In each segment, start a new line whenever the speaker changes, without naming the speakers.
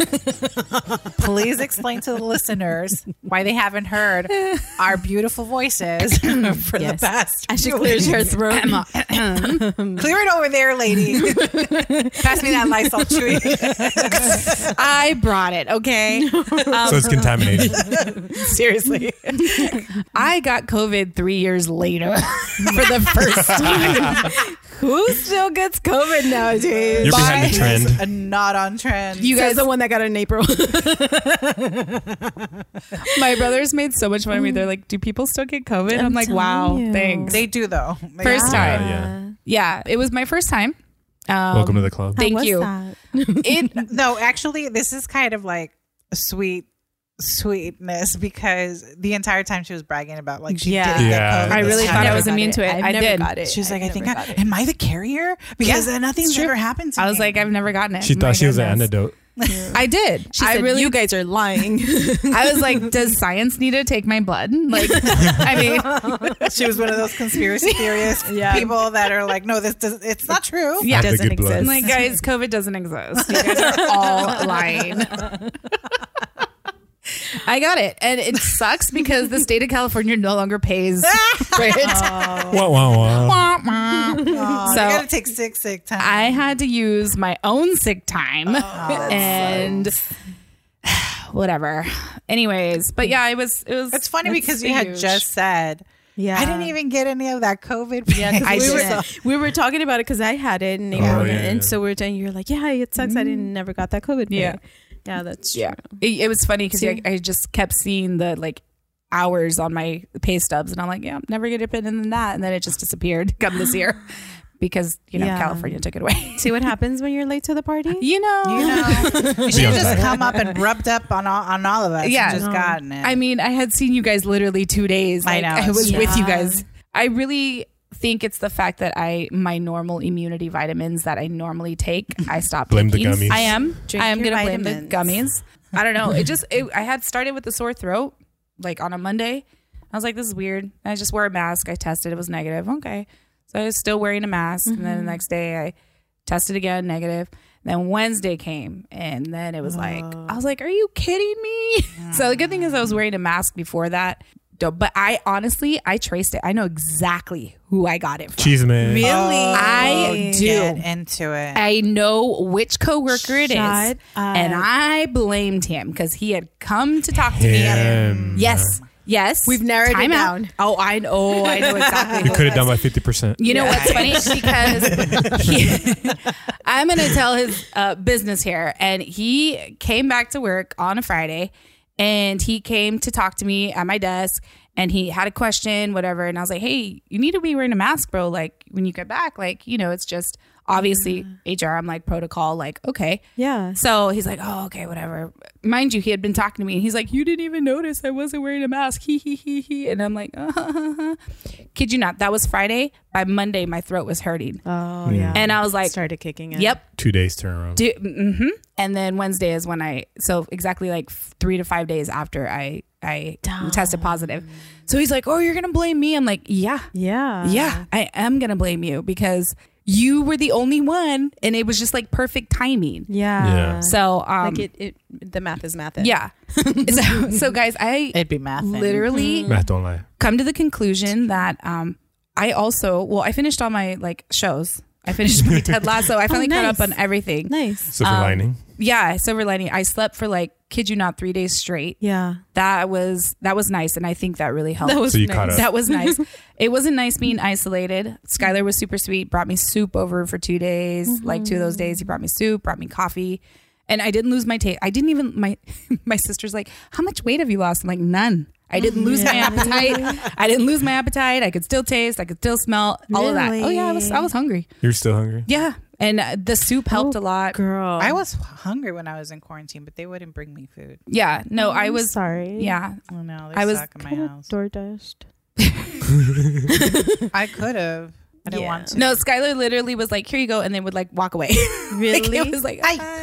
please explain to the listeners why they haven't heard our beautiful voices for the
Yes. Mm.
past.
As she
few
clears her
weeks.
throat.
Clear it over there, lady. Pass me that Lysol chewy.
I brought it, okay?
so
Uh-huh.
it's contaminated.
Seriously.
I got COVID three years later for the first time. Who still gets COVID nowadays?
You're behind the trend.
A not on trend.
You
Says
guys,
the one that got it in April.
my brothers made so much fun of me. They're like, "Do people still get COVID?" Mm. I'm, like, "Wow,
telling you.
thanks."
they do though. They
first
are.
time,
Yeah, yeah.
yeah, it was my first time. Um,
Welcome to the club.
Thank
What's
you.
that?
It
No, actually, this is kind of like a sweet sweetness because the entire time she was bragging about like she
Yeah.
didn't
Yeah.
get COVID
I
this
really
time.
thought I
never
was
got
immune
it.
to it.
I've
I
never
did.
got it.
She was like, I
I've
think,
never
I,
got it.
am I the carrier? Because uh, nothing's
true.
ever happened to
I
me.
was like, I've never gotten it.
She
My
thought she was an
goodness.
antidote.
I did.
She
I
said,
really
you guys are lying.
I was like, does science need to take my blood? Like, I mean,
she was one of those conspiracy theorists
Yeah.
people that are like, no, this does, it's not true.
yeah,
Of the
doesn't
good blood.
exist.
I'm
like, guys, COVID doesn't exist. You guys are all lying. I got it, and it sucks because the state of California no longer pays for it.
Wah, wah,
Wah,
wah.
wah.
Aw, you
So-
Oh. gotta take sick, sick time.
I had to use my own sick time
Oh,
and whatever. Anyways, but yeah, it was it was.
it's funny
that's
because you had
huge.
just said,
yeah.
I didn't even get any of that COVID. Yeah,
I
we were,
didn't.
we were talking about it because I had it in
Oh,
April,
yeah,
and
yeah.
so we were saying you're like, yeah, it sucks. I didn't never got that COVID. but-
Mm-hmm. Yeah.
yeah, that's
Yeah,
true.
it, it was funny because I,
See?
I just kept seeing the like hours on my pay stubs, and I'm like, yeah, I'm never gonna put in that, and then it just disappeared come this year because you know
Yeah.
California took it away.
See what happens when you're late to the party.
you know,
You know, you should
Yeah.
have just come up and rubbed up on all, on all of us.
Yeah.
and just
No.
gotten it.
I mean, I had seen you guys literally two days.
I
Like,
know,
I
it's
was
true.
with you
Yeah.
guys. I really think it's the fact that I my normal immunity vitamins that I normally take, I stopped.
Blame the
taking.
gummies.
I am.
Drink
I am
your
gonna blame the
vitamins.
gummies. I don't know. It just it, I had started with a sore throat like on a Monday. I was like, this is weird. I just wore a mask. I tested. It was negative. Okay. So I was still wearing a mask. And then the next day I tested again, negative. Then Wednesday came, and then it was like, I was like, are you kidding me? so the good thing is I was wearing a mask before that. Dope. But I honestly, I traced it. I know exactly who I got it from. Oh,
Cheese man.
I do.
Oh, get into it.
I know which coworker it is,
Shut up.
and I blamed him because he had come to talk to
Him.
me. Yes, yes,
We've narrowed it
Time out.
down.
Oh, I know, I know exactly.
You
who
could
it
have done
was.
by 50%.
You know what's funny? Because he, I'm going to tell his uh, business here. And he came back to work on a Friday and he came to talk to me at my desk and he had a question, whatever. And I was like, hey, you need to be wearing a mask, bro. Like when you get back, like, you know, it's just obviously HR. I'm like, protocol, like, okay.
Yeah.
So he's like, oh, okay, whatever. Mind you, he had been talking to me and he's like, you didn't even notice I wasn't wearing a mask. He, he, he, he. And I'm like, uh-huh. kid you not. That was Friday. By Monday, my throat was hurting.
Mm.
Oh yeah.
And I was like,
started kicking in.
yep.
Two days turnaround.
Do, mm-hmm. And then Wednesday is when I, so exactly like f- three to five days after I, I tested positive. So he's like, oh, you're going to blame me. I'm like, yeah,
Yeah.
yeah, I am going to blame you because you were the only one. And it was just like perfect timing.
Yeah.
Yeah.
So, um,
like it, it. The math is math.
Yeah. so, so guys, I
It'd be math.
literally
Mm-hmm.
Math don't lie.
come to the conclusion that um, I also well, I finished all my like shows. I finished my Ted Lasso. I finally caught
Oh,
up
nice.
on everything.
Nice.
Silver
Um,
lining.
Yeah, silver lining. I slept for like kid you not three days straight.
Yeah.
That was that was nice, and I think that really helped.
So you caught up.
That was nice. it wasn't nice being isolated. Skylar was super sweet, brought me soup over for two days. Like two of those days, he brought me soup, brought me coffee. And I didn't lose my taste. I didn't even my my sister's like, How much weight have you lost? I'm like, none. I didn't lose my appetite. I didn't lose my appetite. I could still taste. I could still smell. All of that. Oh yeah, I was I was hungry.
You're still hungry?
Yeah, and uh, the soup helped a lot.
Girl.
I was hungry when I was in quarantine, but they wouldn't bring me food.
Yeah, no, I was.
sorry.
Yeah,
Oh no, they
I
I
was
was in my house.
Door dashed.
I could have. I didn't
Yeah.
want to.
No, Skylar literally was like, "Here you go," and then would like walk away. like, it was like, "Hi."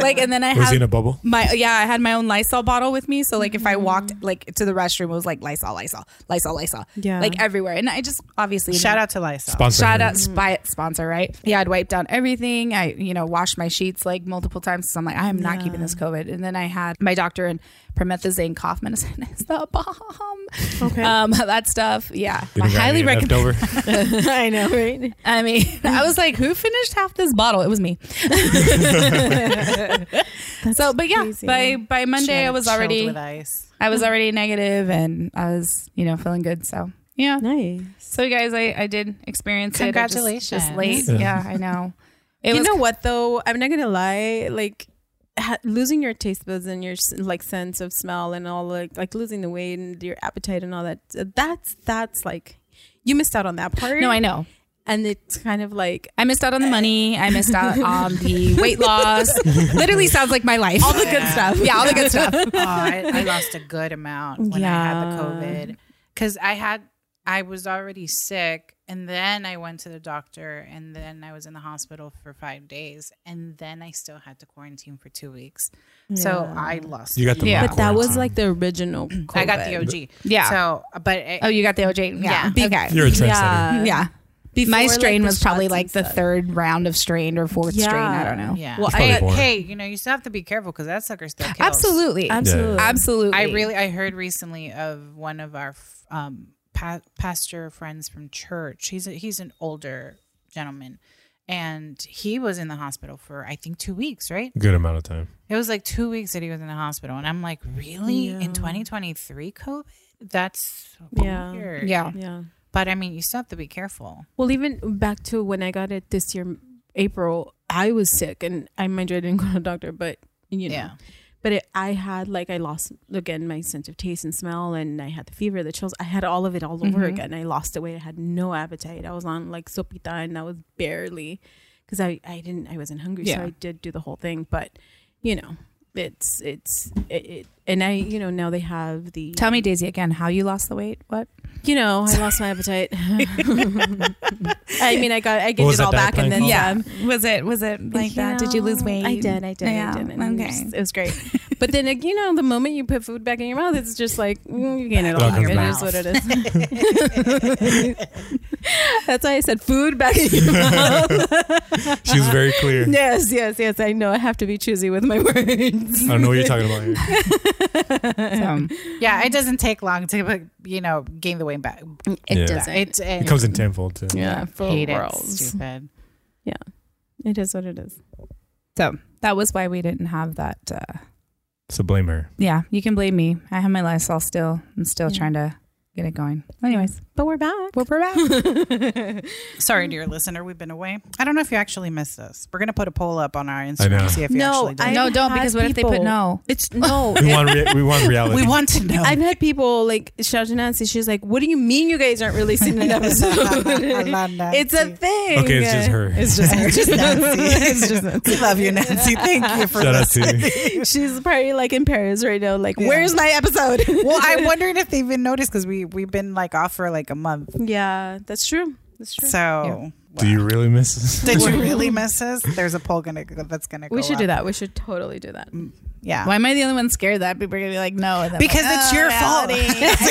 like, and then I
Was he in
had
a bubble?
my yeah, I had my own Lysol bottle with me. So like, if I walked like to the restroom, it was like Lysol, Lysol, Lysol, Lysol,
Yeah.
like everywhere. And I just obviously
Shout out to Lysol.
Sponsor.
Shout
him.
out spy, sponsor, right? Yeah, I'd wipe down everything. I, you know, washed my sheets like multiple times. So I'm like, I'm not keeping this COVID. And then I had my doctor and promethazine cough medicine is the bomb.
Okay.
Um, that stuff. Yeah.
You
I
didn't got
highly
any left
recommend.
over.
I know, right?
I mean, I was like, who finished half this bottle? It was me. so, but yeah,
crazy.
by by Monday, I was
Chilled
already
with ice.
I was already negative, and I was you know feeling good. So yeah,
Nice.
so you guys, I, I did experience it. I just-
Congratulations.
Just, late.
Yeah.
Yeah, I know. It
you
was
know what though? I'm not gonna lie. Like ha- losing your taste buds and your s- like sense of smell and all like like losing the weight and your appetite and all that. uh, That's that's like you missed out on that part.
no, I know.
And it's kind of like
I missed out on the money. I missed out on the weight loss. Literally sounds like my life. All the good stuff. Yeah, all the good stuff.
oh, I, I lost a good amount when I had the
Yeah.
COVID because I had I was already sick, and then I went to the doctor, and then I was in the hospital for five days, and then I still had to quarantine for two weeks. So I lost.
You got the
Yeah.
yeah.
but that was like the original. COVID.
I got the OG.
Yeah.
So, but it,
oh, you got the OJ. Yeah.
Yeah.
Okay.
You're a trendsetter.
Yeah.
yeah.
Before,
my
like,
strain
the
was probably
shots and
like the
stuff.
third round of strain or fourth
Yeah.
strain. I don't know.
yeah. Well,
Well, It's
probably
I,
boring.
hey, you know, you still have to be careful because that sucker still kills.
Absolutely.
Absolutely.
Absolutely.
I really I heard recently of one of our f- um, pa- pastor friends from church. He's a, he's an older gentleman, and he was in the hospital for I think two weeks. Right?
Good amount of time.
It was like two weeks that he was in the hospital, and I'm like, really in 2023 COVID? That's so
Yeah.
weird.
Yeah.
Yeah.
But I mean, you still have to be careful.
Well, even back to when I got it this year, April, I was sick, and I mind you, I didn't go to the doctor, but you know,
Yeah.
but it, I had like I lost again my sense of taste and smell, and I had the fever, the chills. I had all of it all over
Mm-hmm.
again. I lost the weight. I had no appetite. I was on like sopita, and I was barely because I I didn't I wasn't hungry, so
Yeah.
I did do the whole thing. But you know, it's it's it, it and I you know now they have the
Tell me, Daisy, again, how you lost the weight? What?
you know, I lost my appetite. I mean, I got, I gained
was
it all
that
back, and
diet plan
Oh.
then
called?
yeah,
Was it was it like that? Did you lose weight?
I did, I did,
Yeah,
I did. and it
okay.
was- it was great. But then, like, you know, the moment you put food back in your mouth, it's just like mm, you gain it all
Back
back.
in
It
your
is what it is. That's why I said food back in your mouth.
She
Uh-huh.
was very clear.
yes, yes, yes. I know. I have to be choosy with my words.
I don't know what you're talking about. Here.
So,
Yeah, it doesn't take long to like, you know gain the weight back.
It Yeah.
doesn't.
It,
It comes in tenfold too.
yeah, full
hate it.
worlds.
Stupid.
It is what it is.
so that was why we didn't have that. Uh,
So blame her.
yeah, you can blame me. I have my Lysol still. I'm still
Yeah.
trying to get it going. Anyways,
But we're back.
we're back.
Sorry, dear listener, we've been away. I don't know if you actually missed us. We're gonna put a poll up on our Instagram
know.
to see if you
No,
actually did.
I-
no,
I've
don't
had
because what if they put
people-
no?
It's no.
We want rea- we want reality.
we want to know.
I've had people like shout to Nancy. She's like, "What do you mean you guys aren't releasing an episode? it's a thing."
okay, it's just her.
It's just her.
just Nancy. It's just Nancy. We love you, Nancy. Thank you for
Shout out
this.
to
She's probably like in Paris right now. Like,
Yeah.
where's my episode?
Well, I'm wondering if they've been noticed because we we've been like off for like a month.
yeah, that's true. That's true.
So
Do you really miss us?
did you really miss us? There's a poll gonna that's gonna.
we
go
should do
up.
that. We should totally do that.
Yeah.
Why am I the only one scared that people are gonna be like no? And then
Because
like,
it's
"Oh,
your
reality."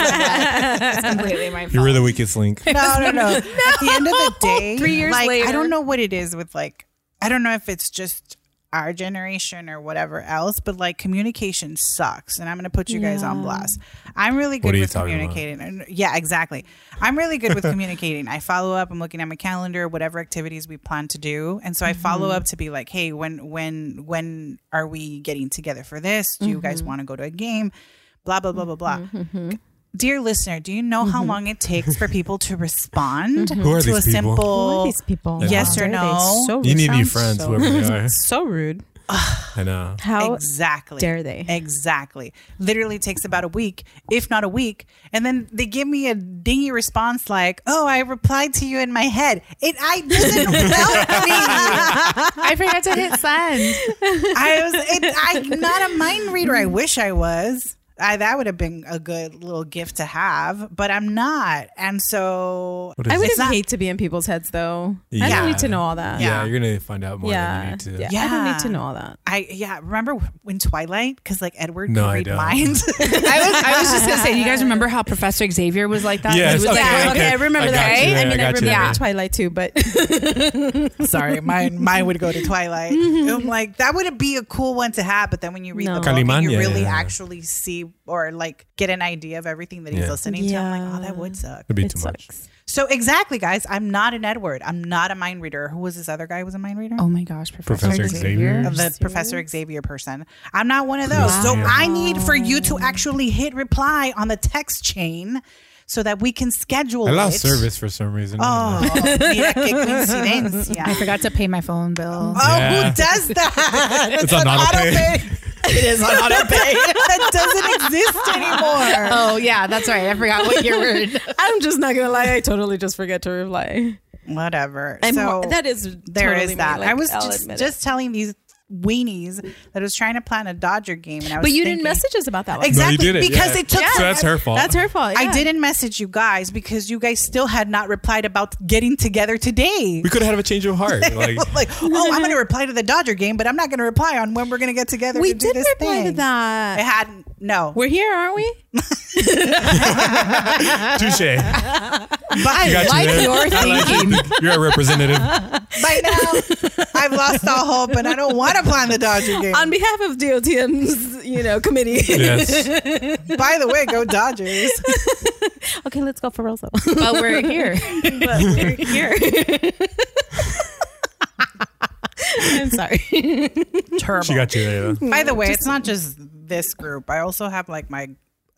it's completely my fault.
You were the weakest link.
No, no, no. At the end of the day,
Three years
like,
later.
I don't know what it is with like, I don't know if it's just our generation or whatever else, but like communication sucks. And I'm going to put you guys on
Yeah.
blast. I'm really
What
good
are you
with
talking about?
communicating. And- Yeah, exactly. I'm really good with communicating. I follow up. I'm looking at my calendar, whatever activities we plan to do, and so I
Mm-hmm.
follow up to be like, hey, when, when, when are we getting together for this? Do you
Mm-hmm.
guys want to go to a game? Blah blah blah blah blah.
Mm-hmm,
Dear listener, do you know how long it takes for people to respond
Mm-hmm.
Who are
to a
these people?
simple?
people?
Yes or no?
You need new friends, whoever they are.
So rude.
I know.
How
exactly.
dare they?
Exactly. Literally takes about a week, if not a week, and then they give me a dingy response like, "Oh, I replied to you in my head. It I doesn't help me.
I forgot to hit send.
I was. It, I'm not a mind reader. I wish I was. I, that would have been a good little gift to have, but I'm not. And so
What is
I would
it?
not-
hate to be in people's heads though. I
Yeah.
don't need to know all that.
yeah.
yeah.
you're gonna find out more than you
Yeah.
need to.
yeah. I don't
Yeah.
need to know all that.
I, yeah, remember when Twilight? Because like Edward
No,
could
I
read
don't.
minds.
I was, I was just gonna say, do you guys remember how Professor Xavier was like that?
Yes,
He was
okay,
like,
okay.
I remember
I
that.
got you
right?
there,
I mean,
I
I remember.
got you there.
Yeah.
Twilight too, but
Sorry, mine mine would go to Twilight. I'm like that would be a cool one to have, but then when you read the
No.
book and you
Calimán, yeah,
really
yeah, yeah.
actually see or like get an idea of everything that he's
Yeah.
listening to, I'm like, oh,
Yeah.
that would suck.
It'd be
it
too much.
sucks.
So exactly, guys, I'm not an Edward. I'm not a mind reader. Who was this other guy? who Was a mind reader?
Oh my gosh, Professor,
Professor Xavier?
the Professor Xavier person. I'm not one of those. So I need for you to actually hit reply on the text chain so that we can schedule.
I lost
it.
service for some reason.
Oh, mira qué coincidencia.
I forgot to pay my phone bill.
Oh,
Yeah.
who does that?
It's on autopay.
it is on autopay. that doesn't exist anymore.
Oh yeah, that's right. I forgot what your word.
I'm just not gonna lie, I totally just forget to reply.
Whatever.
Um, I'm
so
that is
there
totally
is
me,
that.
like,
I was
I'll
just
admit it.
just telling these weenies that I was trying to plan a Dodger game, and I was.
But you didn't
thinking-
message us about that one.
exactly
did it,
because
yeah.
it took.
Yeah. So that's her fault.
That's her fault.
I
yeah.
didn't message you guys because you guys still had not replied about getting together today.
we could have had a change of heart. Like,
like, oh, I'm going to reply to the Dodger game, but I'm not going to reply on when we're going to get together.
We
to do
did
this
reply
thing.
to that.
I hadn't. No,
We're here, aren't we?
touche. I
Bye.
got
like
you there.
your
I like you. You're a representative.
By now, I've lost all hope, and I don't want to plan the Dodger game.
On behalf of DOTM's, you know, committee.
Yes.
By the way, go Dodgers.
okay, let's go for Rosa.
But we're here.
but we're here. I'm sorry.
Terrible.
She got you there. Though.
By the way, it's not just this group. I also have like my.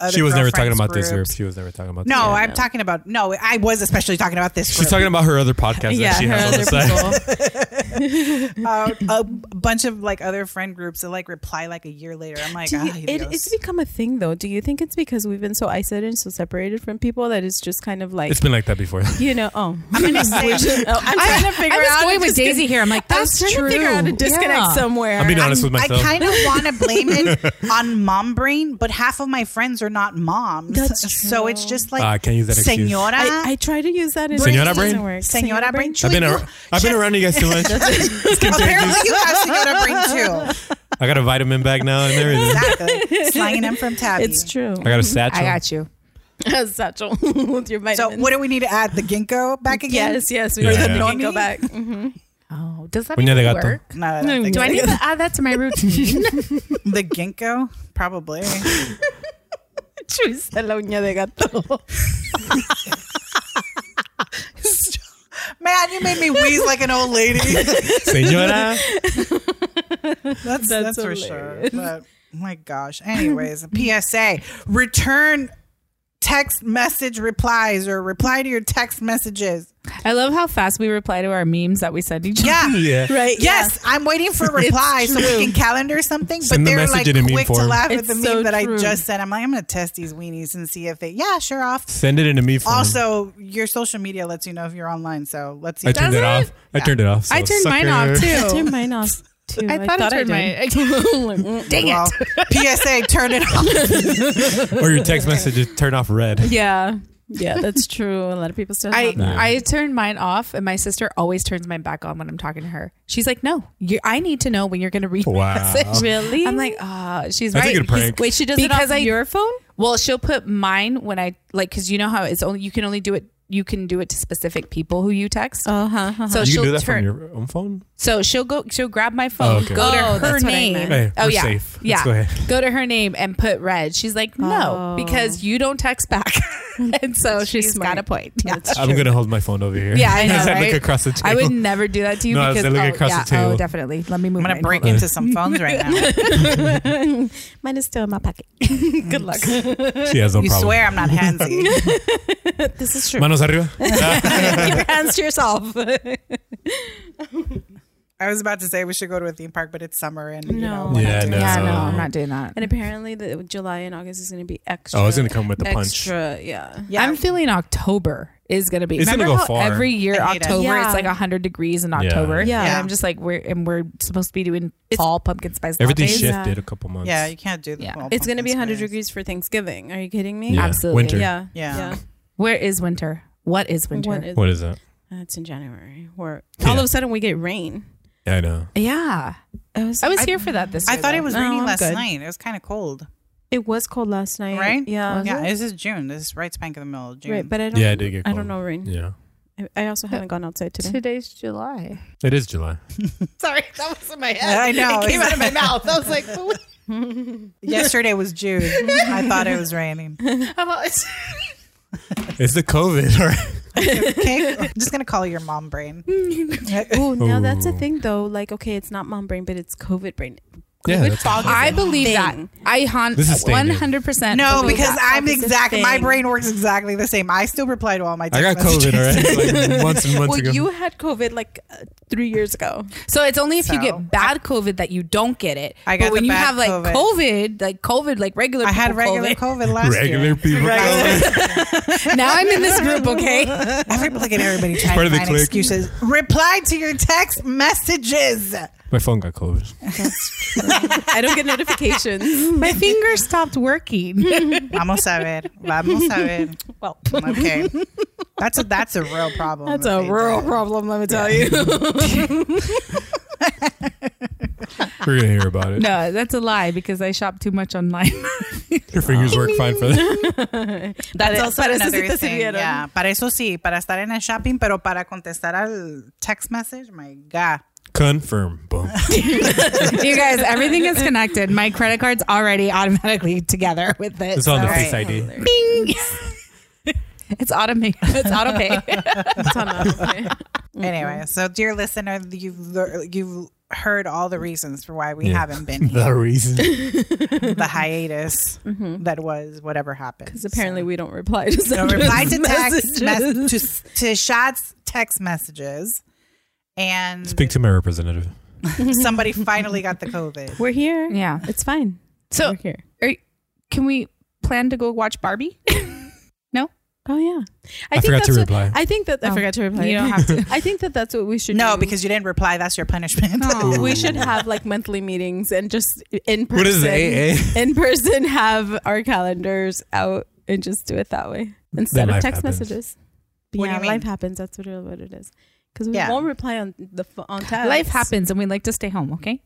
Other
She was never talking about
girlfriends'
this group.
groups.
She was never talking about
No,
this.
I'm talking about no. I was especially talking about this.
She's
Group.
talking about her other podcast that she has on the side.
Uh, a bunch of like other friend groups that like reply like a year later. I'm like,
Do
ah,
you, it,
idios.
it's become a thing, though. Do you think it's because we've been so isolated and so separated from people that it's just kind of like,
It's been like that before.
you know, oh.
I'm gonna say,
Oh, I'm
I,
trying to figure
I was
out.
going
a
with
discon-
Daisy here. I'm like,
I was
that's
trying
true.
to figure out a disconnect
Yeah.
somewhere.
I'm being honest with
I
myself.
kind of want to blame it on mom brain, but half of my friends are not moms,
That's
so it's
true.
just like
Ah, I can't use that excuse.
senora.
I, I try to use that. in
Senora
it
brain?
doesn't work.
Senora brain.
I've been, ar- I've been around you guys too much.
Apparently, you have Senora brain too.
I got a vitamin bag now and everything.
Exactly, slanging them from Tabby.
It's true.
I got a satchel.
I got you.
Satchel with your vitamins.
So, what do we need to add? The ginkgo back again?
Yes, yes. We
Yeah.
yeah.
Yeah.
can
Normie?
go back.
Oh, does that
When you're
even
the gato.
work?
No, I don't think
Do I
so.
need to add that to my routine?
the ginkgo? Probably.
Chusa la uña de gato.
Man, you made me wheeze like an old lady.
Senora.
That's that's,
That's
for sure. But my gosh. Anyways, PSA: return text message replies or reply to your text messages.
I love how fast we reply to our memes that we send each other.
Yeah.
Yeah.
Right.
Yes, I'm waiting for a reply so we can calendar something.
Send
but
the
they're
message
like
in a meme
quick to
form.
laugh at
It's
the meme
so
that I
true.
just said. I'm like, I'm gonna test these weenies and see if they. Yeah, sure off.
Send it into me form.
Also, your social media lets you know if you're online, so let's see.
I turned it off. I turned it off. so
I turned mine
sucker.
off too.
I turned mine off too.
I thought I turned
mine. Dang
well, PSA, turn it off.
Or your text message is turn off red.
Yeah. Yeah, that's true. A lot of people still.
I,
have that.
I turned mine off, and my sister always turns mine back on when I'm talking to her. She's like, "No, you, I need to know when you're going to read." my
Wow.
Message.
really.
I'm like, "Ah, she's
Oh. That's a
right."
good prank.
Wait, she does
because
it
I,
off
your phone.
Well, she'll put mine when I like because you know how it's only you can only do it. You can do it to specific people who you text.
Uh huh.
so
You
she'll
can do that
turn.
from your own phone?
so she'll go. She'll grab my phone.
okay.
Go to
Oh,
her
that's what I
name.
meant.
Hey,
oh
we're
yeah.
safe. Let's
Yeah.
go ahead.
Go to her name and put red. She's like, no,
Oh.
because you don't text back, and so she's
smart.
got a point. Yeah.
I'm going to hold my phone over here.
Yeah, I know,
As
right?
look across the table.
I would never do that to you
No, I was
because
looking
oh,
across
yeah,
the table.
oh definitely. Let me move.
I'm gonna
mine.
break
Hold
into some phones right now.
Mine is still in my pocket. Good luck.
She has no
You
problem.
swear I'm not handsy.
this is true.
Manos arriba.
Keep your hands to yourself.
I was about to say we should go to a theme park, but it's summer and you
No.
know, we're not
Yeah,
doing
on.
no.
that.
Yeah,
So-
no, I'm not doing that.
and apparently, the July and August is going to be extra.
oh, it's going to come with the punch.
extra, yeah.
Yeah,
I'm feeling October is gonna be.
It's gonna
Remember
go
how
far.
every year
I hate it.
October
Yeah.
it's like hundred degrees in October.
Yeah.
And I'm just like we're and we're supposed to be doing
It's-
fall pumpkin spice
Everything
lattes.
shit.
shifted a couple months.
Yeah, you can't do the
Yeah.
whole
It's going to
pumpkin
be 100
spice.
degrees for Thanksgiving. Are you kidding me?
Yeah.
Absolutely.
Winter.
Yeah.
Yeah.
Where is winter? What is winter?
What is,
What is that?
That's in January. Where all
Yeah.
of a sudden we get rain.
Yeah, I know.
yeah.
I was,
I was here for that this
I
year.
thought it
though.
was
No,
raining
I'm
last
Oh, good.
night. It was kind of cold,
It was cold last night.
right?
Yeah.
yeah. This is June. This is right spank in the middle of June.
Oh, Right. But I don't.
Yeah, I did get
I
cold.
don't know rain.
Yeah.
I, I also haven't gone outside today.
Today's July.
It is July.
Sorry, that was in my head.
I know.
It came out of my mouth. I was like,
Yesterday was June. I thought it was raining.
I'm always-
It's the COVID, right?
Okay, I'm just gonna call your mom brain.
Oh, now that's the
Ooh.
thing though. Like, okay, it's not mom brain, but it's COVID brain.
Yeah,
COVID
that's
fog. is
I
a
believe that.
thing.
I haunt
This is
one
standard.
hundred percent.
Oh
No, because I'm
It's a
exactly my
thing.
brain works exactly the same. I still reply to all my.
I
Text
got COVID, all
messages.
right? Like months and months
Well,
ago.
you had COVID like uh, three years ago.
so it's only if you
So-
get bad COVID that you don't get it.
I got
but when
the
you
bad
have like
COVID.
COVID. like COVID, like regular.
I had
people
regular
COVID.
COVID, last
Regular
year.
people.
now I'm in this group. Okay,
Every look at everybody trying
part
to
of the
find
clique.
excuses. Reply to your text messages.
My phone got COVID.
I don't get notifications.
my finger stopped working.
Vamos a ver. Vamos a ver.
Well,
Okay, that's a that's a real problem.
that's
that
a
they
real
did.
problem. Let me tell you.
We're gonna hear about it.
no, that's a lie because I shop too much online.
Your fingers work fine for that.
That's
Para-
also
para eso sí
another
te
thing.
sirvieron.
Yeah, para eso sí, para estar en el shopping, pero para contestar al text message, my god.
Confirm. Boom.
you guys, everything is connected. My credit card's already automatically together with it.
It's on the
All right.
Face ID.
Bing. it's automate. It's auto pay.
It's on us. Mm-hmm.
Anyway, so dear listener, you've lear- you've heard all the reasons for why we
Yeah.
haven't been here.
The reason.
the hiatus that was whatever happened.
Because Mm-hmm. apparently we don't reply to
So
send
reply to text
messages.
mes- to, s- to shots text messages, and
Speak to my representative.
somebody finally got the COVID.
We're here.
Yeah.
It's fine.
So
We're here.
Are, can we plan to go watch Barbie?
Oh yeah.
I, forgot to
that's
reply.
What, I think that I
Oh,
forgot to reply.
you don't have to.
I think that that's what we should.
No,
do. Oh,
because you didn't reply. That's your punishment.
we should have like monthly meetings and just in person.
Oh. What is it, AA?
In person, have our calendars out and just do it that way instead of
life
text
happens.
messages.
What do
yeah,
you mean?
life happens. That's what it, what it is. Because we
Yeah.
won't reply on the ph- on text.
Life happens, and we like to stay home. Okay,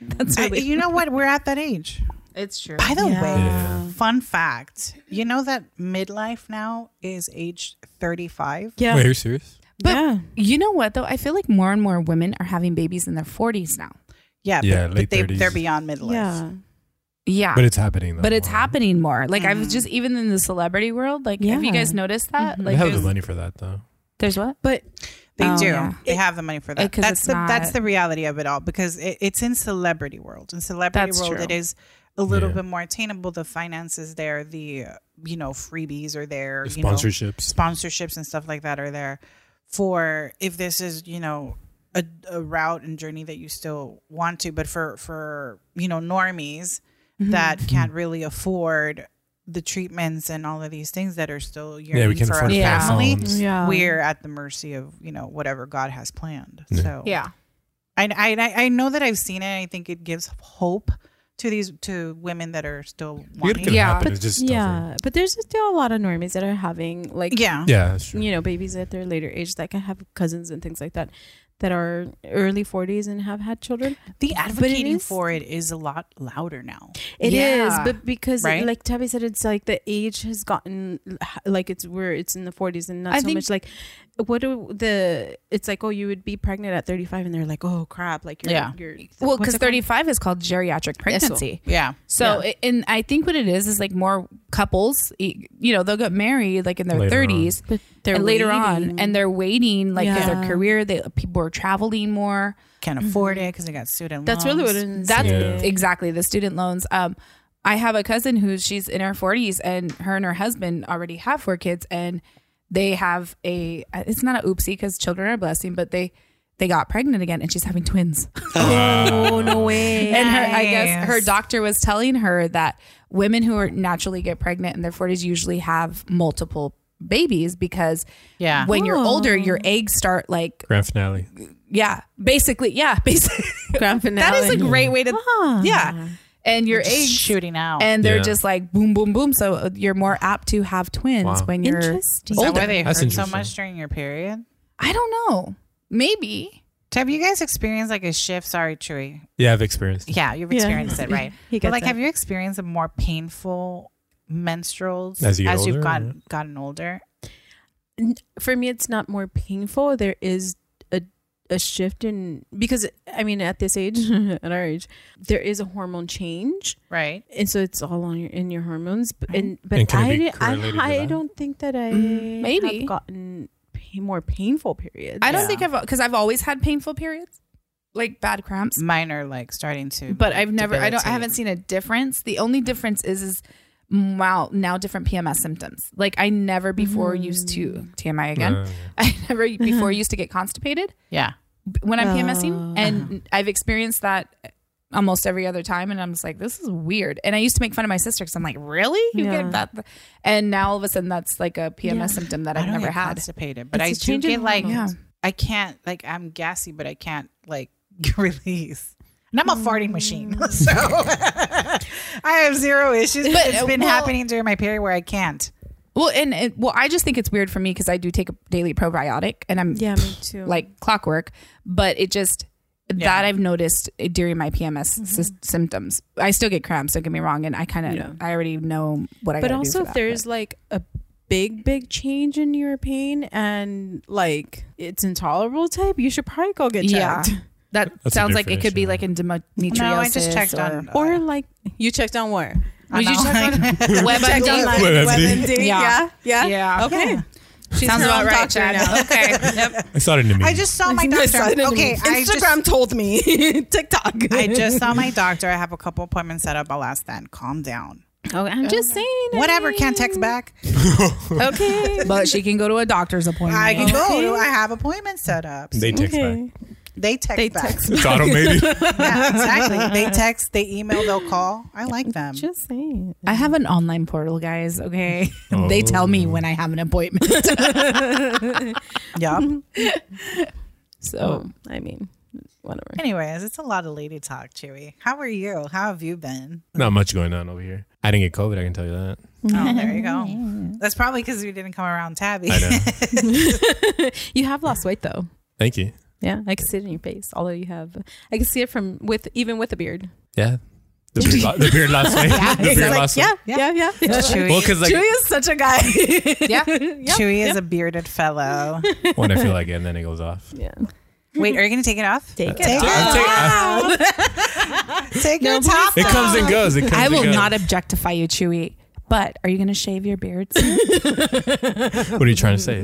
that's
I-
really.
you know what? We're at that age.
it's true.
By the
Yeah.
way,
Yeah.
fun fact: you know that midlife now is age thirty-five.
Yeah.
Wait, are you serious?
But-
yeah.
You know what though? I feel like more and more women are having babies in their forties now.
Yeah,
Yeah,
but, but
late
they,
30s.
they're beyond midlife.
Yeah.
Yeah,
But it's happening though.
but it's
more.
happening more. Like I've just even in the celebrity world. Like, have you
Yeah.
guys noticed that?
Mhm.
They
Like,
have the
there's,
money for that though.
there's what?
But
They
Oh,
do.
yeah.
They have the money for that.
'cause
that's
it's
the
not-
that's the reality of it all because it, it's in celebrity world. In celebrity
That's
world,
true.
it is a little
Yeah.
bit more attainable. The finances there, the uh, you know freebies are there. You know,
Sponsorships.
sponsorships and stuff like that are there for if this is you know a, a route and journey that you still want to but for for you know normies that can't really afford the treatments and all of these things that are still yearning
Yeah, we can
for our
afford
Yeah.
family
phones.
yeah,
we're at the mercy of you know whatever god has planned
Yeah.
so I, I i know that i've seen it and i think it gives hope to these to women that are still
It
wanting
can
Yeah.
happen.
But,
It's just
yeah,
tougher.
but there's still a lot of normies that are having like
yeah
Yeah, that's true.
you know babies at their later age. Like I have cousins and things like that that are early 40s and have had children.
the advocating
is-
for it is a lot louder now
It is,
Yeah.
but because
Right?
like Tabby said, it's like the age has gotten like it's where it's in the forties and not
I
so
think-
much like what do the it's like oh you would be pregnant at thirty five and they're like oh crap like you're
Yeah.
you're
Well,
what's
because
it called?
35 is called geriatric
Yes, well.
pregnancy.
yeah
So, i and I think what it is is like more couples, e- you know, they'll get married like in their
Later on.
30s
but they're
and later
waiting.
on, and they're waiting like 'cause
Yeah.
their career. They people are traveling more.
can't afford it because they got student
that's
loans.
really what it is.
That's
Yeah.
exactly the student loans. Um, I have a cousin who she's in her 40s, and her and her husband already have four kids, and they have a. It's not a oopsie because children are a blessing, but they they got pregnant again, and she's having twins.
Uh,
oh no way
And her, I guess
Yes.
her doctor was telling her that women who are naturally get pregnant in their 40s usually have multiple babies because
Yeah.
when you're older,
Oh.
your eggs start like
Grand finale.
yeah, basically yeah, basically
Grand finale.
that is a great way to yeah, and your
Just
eggs
shooting out.
and they're
Yeah.
just like boom boom boom. So you're more apt to have twins
Wow.
when you're
Interesting.
Is that
older.
why they
That's
hurt so
interesting.
much during your period?
I don't know, maybe.
Have you guys experienced like a shift? Sorry, Chewy.
Yeah, I've experienced.
Yeah, you've
Yeah.
experienced it, right?
He
But
gets
like,
it.
have you experienced a more painful menstruals
As you get
have
older,
gotten
yeah.
gotten older?
for me it's not more painful there is a, a shift in because i mean at this age at our age there is a hormone change
Right.
and so it's all on your in your hormones but and but
And can it
I,
be
di-
correlated to
I, I
that?
don't think that i
maybe.
have gotten pa- more painful periods
I don't
Yeah.
think I've because I've always had painful periods, like bad cramps.
Mine are like starting to,
But I've never, I don't, I
debilitate.
haven't seen a difference. The only difference is, is mm, wow, now different PMS symptoms. Like I never before used to TMI again.
Uh,
I never before used to get constipated
Yeah.
when I'm
Oh.
PMSing,
Uh-huh.
and I've experienced that almost every other time. And I'm just like, this is weird. And I used to make fun of my sister because I'm like, really, you
Yeah.
get that? And now all of a sudden, that's like a PMS symptom that
I
I've
don't
never
get
had.
constipated, but
It's
I
a
do
change in
get like
hormones.
I can't like I'm gassy, but I can't like release. And I'm a farting machine, so I have zero issues. But,
But,
it's
uh,
been
well-
happening during my period where I can't.
Well, and it, well, I just think it's weird for me because I do take a daily probiotic, and I'm
yeah me too
Mm. like clockwork. But it just that
Yeah.
I've noticed eh, during my PMS sys- symptoms. I still get cramps. Don't get me wrong, and I kind of
Mm-hmm. Yeah.
I already know what I.
but
gotta do
also
for
if
that,
there's like a big big change in your pain and like it's intolerable type you should probably go get
Yeah.
checked
that
That's a
sounds like it
different
could be
issue.
like endometriosis.
No, I just checked
or-
on
or like you checked on where
Would you check on
Web
checked
ID?
online.
Web
Web
MD.
MD,
Yeah.
Yeah. Yeah.
Yeah.
Okay.
Yeah.
She's
Sounds
her
about
own
right.
doctor now.
Chad. Okay. Yep.
I saw it in a
I
meme.
just saw my doctor. Okay, I just-
Instagram told me. TikTok.
I just saw my doctor. I have a couple appointments set up. I'll ask then. Calm down.
Oh,
Okay, I'm just saying.
Whatever. Can't text back.
Okay.
But she can go to a doctor's appointment.
I can go.
Okay.
I have appointments set up.
they text back.
okay.
They text
They
back.
text.
It's automated.
yeah, exactly. They text. They email. They'll call. I like them.
Just saying.
I have an online portal, guys. Okay,
Oh.
they tell me when I have an appointment.
Yup.
So
I mean, whatever.
Anyways, it's a lot of lady talk, Chewy. How are you? How have you been?
Not much going on over here. I didn't get COVID. I can tell you that.
Oh, there you go. That's probably because we didn't come around Tabby.
I know.
You have lost weight though.
Thank you.
Yeah, I can see it in your face. Although you have, I can see it from with even with a beard.
Yeah. The beard, lo- the beard last week. the beard last week.
yeah, yeah.
Chewy,
Well, because like
is such a guy.
yeah,
Chewy is a bearded fellow.
when I feel like it, and then it goes off.
yeah.
Wait, are you going to take it off?
Take it.
Take,
I'm ta- I-
take your top
it comes and goes. It comes
I will
and goes.
not objectify you, Chewy. But are you going to shave your beards?
What are you trying to say?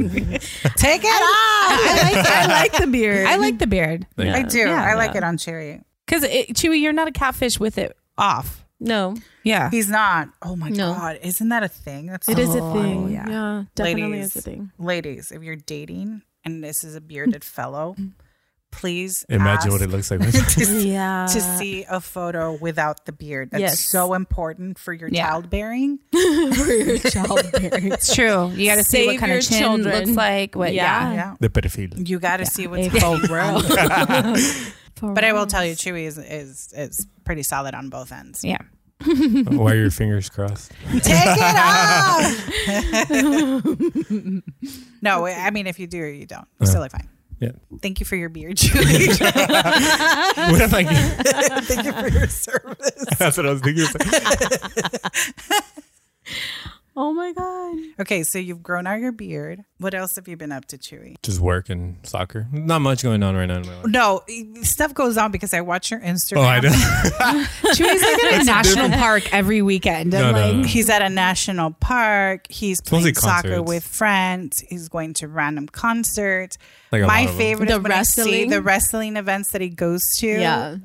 Take it off.
I like, I like the beard.
I like the beard
Like,
I do.
Yeah.
I like it on Chewy.
because Chewy, you're not a catfish with it off.
No,
Yeah,
He's not. Oh my
No.
God. Isn't that a thing? That's
it is
Oh,
a thing.
yeah.
Yeah, definitely
Ladies.
is a thing.
Ladies, if you're dating and this is a bearded fellow, please
imagine
ask
what it looks like.
to
Yeah.
to see a photo without the beard. That's
Uh, Yes.
so important for your
Yeah.
childbearing.
it's true. You got to see what
Save
kind
your
of chin
children.
looks like. What? Yeah.
Yeah.
Yeah.
the pedophile.
You got to see what's
Uh, If-
going on.
For
But I will
real.
tell you, Chewy is is is pretty solid on both ends.
yeah.
Why are your fingers crossed?
Take it off. no, I mean if you do or you don't, you still look fine.
Uh-huh. Yeah.
Thank you for your beard, Chewy.
What if I?
Thank you for your service.
That's what I was thinking. It's like-
Oh my god.
Okay, so you've grown out your beard. What else have you been up to, Chewy?
Just work and soccer. Not much going on right now in my life.
No, stuff goes on because I watch your Instagram.
Oh, I know.
Chewy's like at a national park every weekend.
No,
I'm
no,
like,
no.
He's at a national park. He's
mostly
playing soccer
concerts.
with friends. He's going to random concerts.
Like a
My
lot of them.
favorite is
The
when I see
wrestling?
the wrestling events that he goes to.
Yeah.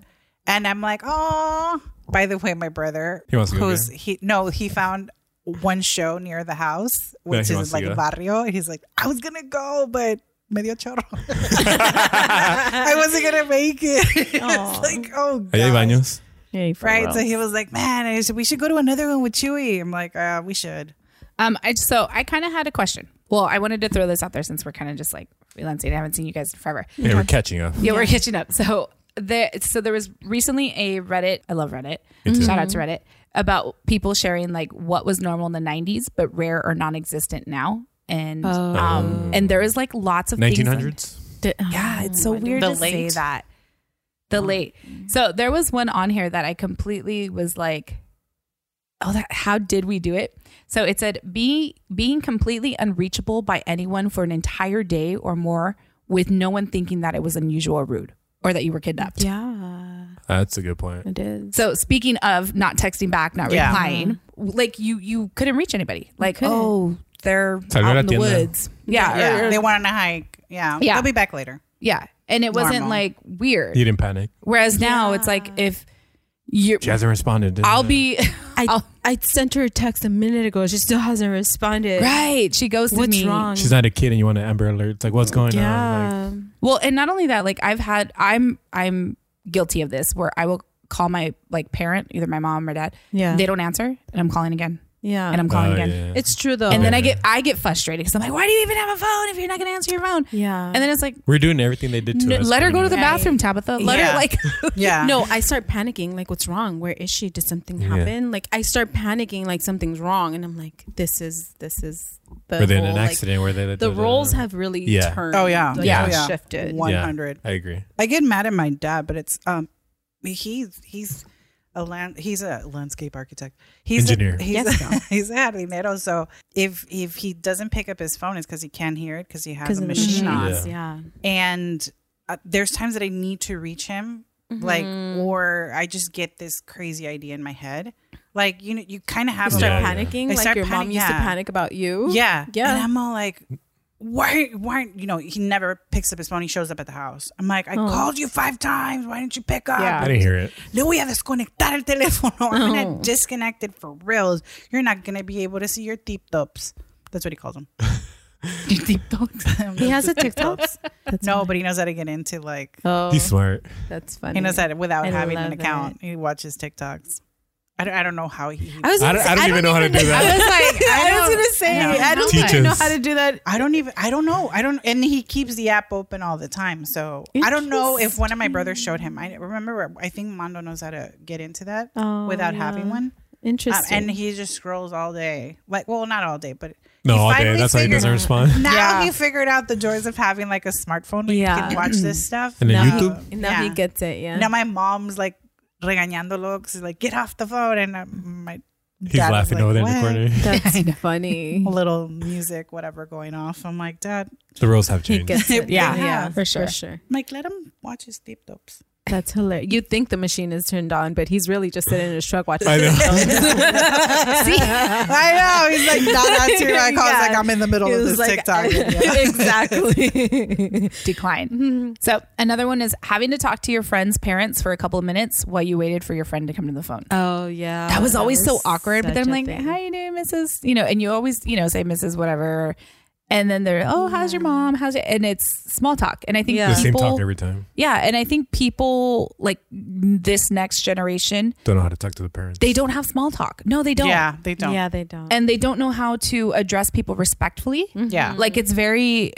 and I'm like, oh. By the way, my brother,
He wants to go
who's
there?
he? No, he found one show near the house,
he
which
wants
is
to
like
go.
barrio. And he's like, I was gonna go, but medio chorro. I wasn't gonna make it. it's like, oh,
Ahí hay
gosh.
baños.
Hey, for
Right.
real.
So he was like, man, I should, we should go to another one with Chewy. I'm like, uh, we should.
um, I so I kind of had a question. Well, I wanted to throw this out there since we're kind of just like freelancing. I haven't seen you guys in forever.
Yeah, we're catching up.
Yeah, we're catching up. So the so there was recently a Reddit. I love Reddit.
Me too.
Shout out to Reddit about people sharing like what was normal in the '90s but rare or non-existent now. And
Oh.
um and there was like lots of things-
1900s.
yeah, it's so weird
The
to say
late.
that. The late. So there was one on here that I completely was like, oh, that, how did we do it? So it said, be being completely unreachable by anyone for an entire day or more, with no one thinking that it was unusual or rude or that you were kidnapped.
Yeah,
That's a good point.
it is.
So speaking of not texting back, not
Yeah.
replying, like you you couldn't reach anybody. Like
couldn't.
oh, they're
Salió
out
la
in the
tienda.
woods. Yeah, yeah,
Yeah, they went on a hike. Yeah.
Yeah.
They'll be back later.
And it wasn't
Normal.
like weird.
You didn't panic.
Whereas now it's like if you,
She hasn't responded. did
I'll
I?
be
I
I'll-
I sent her a text a minute ago. She still hasn't responded.
right. She goes to
What's
me.
wrong?
She's not a kid, and you want an Amber Alert. It's like, what's going on? Like,
yeah.
Well, and not only that, like I've had, I'm, I'm guilty of this where I will call my like parent, either my mom or dad.
Yeah.
They don't answer, and I'm calling again,
yeah.
and I'm calling
oh,
again,
yeah.
it's true though.
and then I
Yeah.
get, I get frustrated because I'm like, why do you even have a phone if you're not going to answer your phone?
yeah.
And then it's like,
we're doing everything they did to
n-
us.
let her go to the
Right.
bathroom, Tabitha. Let
Yeah.
her like,
Yeah.
no, I start panicking. Like, what's wrong? Where is she? Did something
Yeah.
happen? Like, I start panicking. Like, something's wrong, and I'm like, this is this is the
Were they in
whole,
an
like,
accident? Were they?
the roles have really
Yeah.
turned.
Oh, yeah.
like,
Yeah.
they've
Oh,
yeah.
shifted.
100.
I agree.
I get mad at my dad, but it's um he's he's a land he's a landscape architect. He's
Engineer.
A, he's a, he's a jardinero. So if if he doesn't pick up his phone, it's because he can't hear it because he has
Because
a
of the
machine.
machines. Yeah.
And uh, there's times that I need to reach him, like
Mm-hmm.
or I just get this crazy idea in my head. Like you know, you kind of
You
have a
start
Yeah, yeah.
panicking.
I
Like
start
your mom
panic-
used to
yeah.
panic about you.
yeah.
Yeah.
And I'm all like, why, why, aren't- you know, he never picks up his phone. He shows up at the house. I'm like, I
Oh.
called you five times. Why didn't you pick up?
Yeah.
I didn't hear it.
Le voy a desconectar el teléfono. I'm going
Oh.
to disconnect it for reals. You're not going to be able to see your tip tops. That's what he calls them.
He has a TikTok. That's
No, but he knows how to get into like,
Oh,
He's smart.
that's funny.
he knows that without
I
having an
love
account. He watches TikToks. I don't, I don't know how he.
I was.
I don't, I don't even know how to do
I
that.
was like, I,
I was
don't-
gonna say.
No.
I don't
Teach
even know
us.
how to do that.
I don't even I don't know. I don't and he keeps the app open all the time. So I don't know if one of my brothers showed him. I remember I think Mondo knows how to get into that
Oh,
without
yeah.
having one. Um,
Interesting.
and he just scrolls all day. Like well not all day, but
No,
he
all day.
finally
That's why he
figured-
doesn't respond.
Now
Yeah.
he figured out the joys of having like a smartphone where you
Yeah.
can watch this stuff.
And then
Now-
YouTube.
now he
Yeah.
gets it. Yeah.
Now my mom's like regañándolo because she's like, get off the phone and uh, my
He's
dad was
laughing
like,
over there
"What?"
in the corner.
That's funny.
A little music, whatever going off. I'm like, Dad,
The roles have
He
changed.
gets it.
Yeah.
Yeah.
For sure.
For sure.
I'm like let him watch his tip tops.
That's hilarious. You'd think the machine is turned on, but he's really just sitting in his truck watching.
I know.
I know. He's like, not on to I call.
Yeah.
like, I'm in the middle
It
of
was
this
like-
TikTok video.
exactly.
decline. so another one is having to talk to your friend's parents for a couple of minutes while you waited for your friend to come to the phone.
oh yeah,
that was always so awkward. But
such
then I'm
a
like,
thing.
how you doing, Mrs. You know, and you always, you know, say Mrs. Whatever. And then they're, oh, how's your mom? How's it? And it's small talk. And I think
Yeah.
The same
people,
talk every time.
yeah. And I think people like this next generation,
Don't know how to talk to the parents.
they don't have small talk. No, they don't.
Yeah, they don't. Yeah.
yeah, they don't.
And they don't know how to address people respectfully. Like it's very,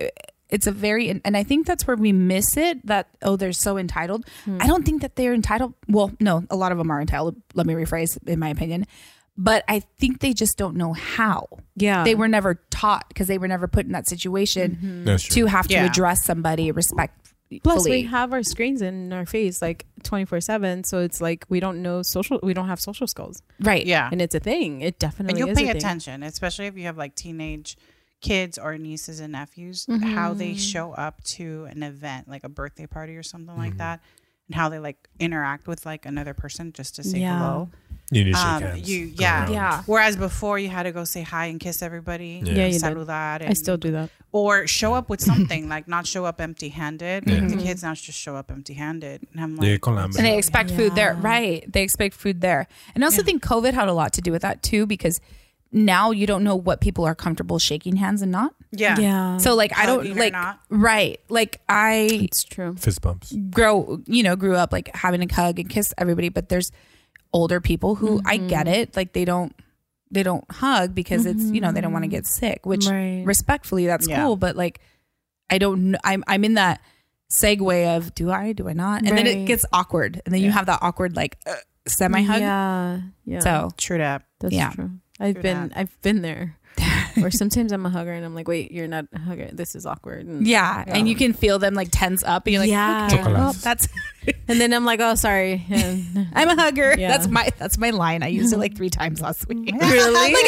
it's a very, and and I think that's where we miss it that, oh, they're so entitled. I don't think that they're entitled. Well, no, a lot of them are entitled. Let me rephrase, in my opinion. But I think they just don't know how.
yeah,
They were never taught because they were never put in that situation
That's true.
to have to
Yeah.
address somebody respectfully.
Plus, we have our screens in our face like twenty four seven, so it's like we don't know social. We don't have social skills,
right.
and it's a thing. It
And
definitely
you
is
pay
a thing.
attention, especially if you have like teenage kids or nieces and nephews, how they show up to an event, like a birthday party or something
Mm-hmm.
like that, and how they like interact with like another person just to say
Yeah.
hello.
You need to shake
Um,
hands.
you-
Go
yeah.
around.
Yeah.
Whereas before you had to go say hi and kiss everybody.
Yeah.
Yeah, you did.
saludar.
I still do that.
or show up with something, like not show up empty handed. Like the kids now just show up empty handed. And I'm like,
Yeah, con hambre.
Mm-hmm. And they expect food there. Right. They expect food there. And I also think COVID had a lot to do with that too, because now you don't know what people are comfortable shaking hands and not.
yeah.
Um,
So like I
Hugging
don't
or
like
not.
right. Like I
it's true.
Fist bumps.
Mm-hmm. grow you know, grew up like
Mm-hmm.
having to hug and kiss everybody, but there's older people who I get it. Like they don't they don't hug because it's you know they don't want to get sick which
Right.
respectfully that's
Yeah.
cool but like i don't kn- i'm i'm in that segue of do i do i not and then it
Right.
gets awkward and then you have that awkward like uh, semi hug
Yeah, yeah.
so
True that.
that's
yeah.
true. I've
True
been
that.
I've been there. or sometimes I'm a hugger and I'm like, wait, you're not a hugger. This is awkward. And,
yeah, and you can feel them like tense up and you're like
Yeah.
okay,
Chocolate.
well, that's
and then I'm like, oh, sorry. And-
i'm a hugger
Yeah.
that's my that's my line i used it like three times last week
really?
like i'm a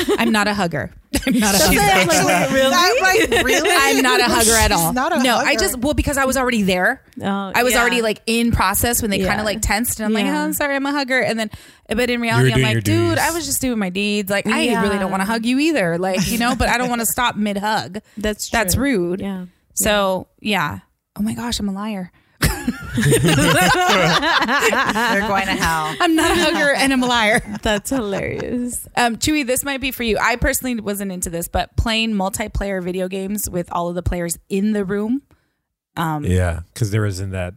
hugger i'm not a hugger i'm not a hugger
I'm like, wait, really?
I'm like, really?
I'm not a hugger at all.
She's not a
no, I
hugger.
just well because I was already there.
Oh,
I was
yeah.
already like in process when they kind
Yeah.
of like tensed, and I'm like,
Yeah.
oh, I'm sorry, I'm a hugger. And then, but in reality, I'm
doing your
like, dude,
duties.
I was just doing my deeds. Like, I
Yeah.
really don't want to hug you either. Like, you know, but I don't want to stop mid hug.
That's
That's
true.
rude.
Yeah.
So yeah. Oh my gosh, I'm a liar.
They're going to hell.
I'm not a hugger, and I'm a liar.
That's hilarious.
Um, Chewy, this might be for you. I personally wasn't into this, but playing multiplayer video games with all of the players in the room. Um,
Yeah, because there isn't that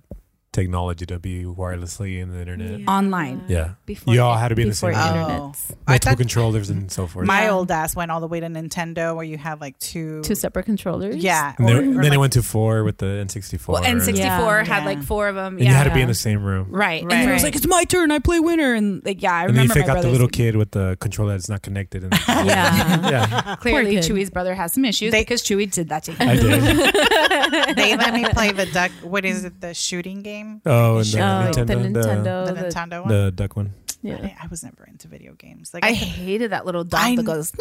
technology to be wirelessly in the internet. Yeah.
Online.
Before
You all had to be in the
before
same room.
Oh.
internets.
I
Multiple
thought
controllers and so forth.
my old ass went all the way to Nintendo where you had like two.
Two separate controllers.
yeah.
And then,
or- or,
then it
like,
went to four with the N64.
Well, N64
Yeah.
had
Yeah.
like four of them.
And you had to be in the same room.
Right. And
Right.
then it was
Right.
like, it's my turn. I play winner. And like, yeah, I
And then you
remember
fake
my
out the
brother's
little kid with the controller that's not connected. And
Yeah.
yeah,
clearly
kid.
Chewie's brother has some issues
They-
because Chewie did that to him.
I did.
they let me play the duck. What is it? The shooting game?
Oh, and the,
Oh,
Nintendo,
the
the-
Nintendo.
the
the-
Nintendo
The,
one?
duck one.
yeah.
I, I was never into video games. Like
I
I,
hated that little dog
I-
that goes.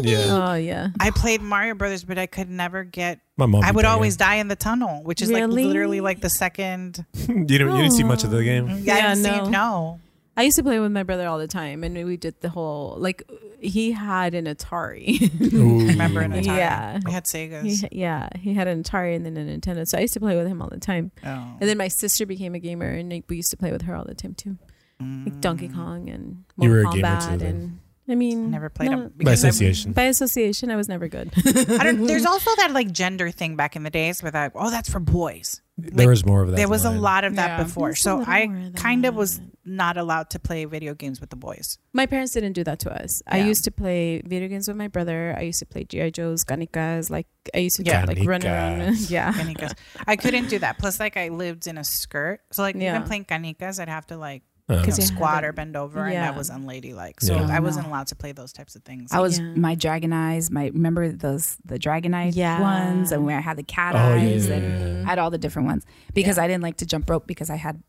Yeah.
Oh yeah.
I played Mario Brothers, but I could never get.
My mom.
I
beat
would
that
always die in the tunnel, which is
Really?
like literally like the second.
game. you, didn't, you didn't see much of the game.
Yeah, I
Yeah,
didn't see-
no.
no.
I used to play with my brother all the time, and we did the whole like he had an Atari.
Remember an Atari?
Yeah.
We had Segas.
He- yeah, he had an Atari and then a Nintendo. So I used to play with him all the time.
Oh.
And then my sister became a gamer, and like, we used to play with her all the time too, like Donkey Kong and
You were
Mortal
a gamer, too,
Kombat.
then.
and I mean,
Mm. Never played
no,
them
By
because I'm-
association.
By association, I was never good.
I don't, there's also that like gender thing back in the days where that oh that's for boys.
there was more of that.
There was a
online.
lot of that
Yeah.
before,
There's a
so
little more
I
of
kind of was
that.
not allowed to play video games with the boys.
my parents didn't do that to us. I
Yeah.
used to play video games with my brother. I used to play GI Joes, Canicas. Like I used to
Yeah.
like run around.
Canicas.
yeah.
Canicas, I couldn't do that. Plus, like I lived in a skirt, so like
Yeah.
even playing canicas, I'd have to like
Oh.
Because you
squat
had
or bend over, and
Yeah.
that was unladylike. So
Yeah.
I wasn't allowed to play those types of things.
I was
Yeah.
my dragon eyes. My remember those the dragon eyes
Yeah.
ones, and where I had the cat
Oh, yeah,
eyes,
yeah,
and
yeah.
I had all the different ones because I didn't like to jump rope because I had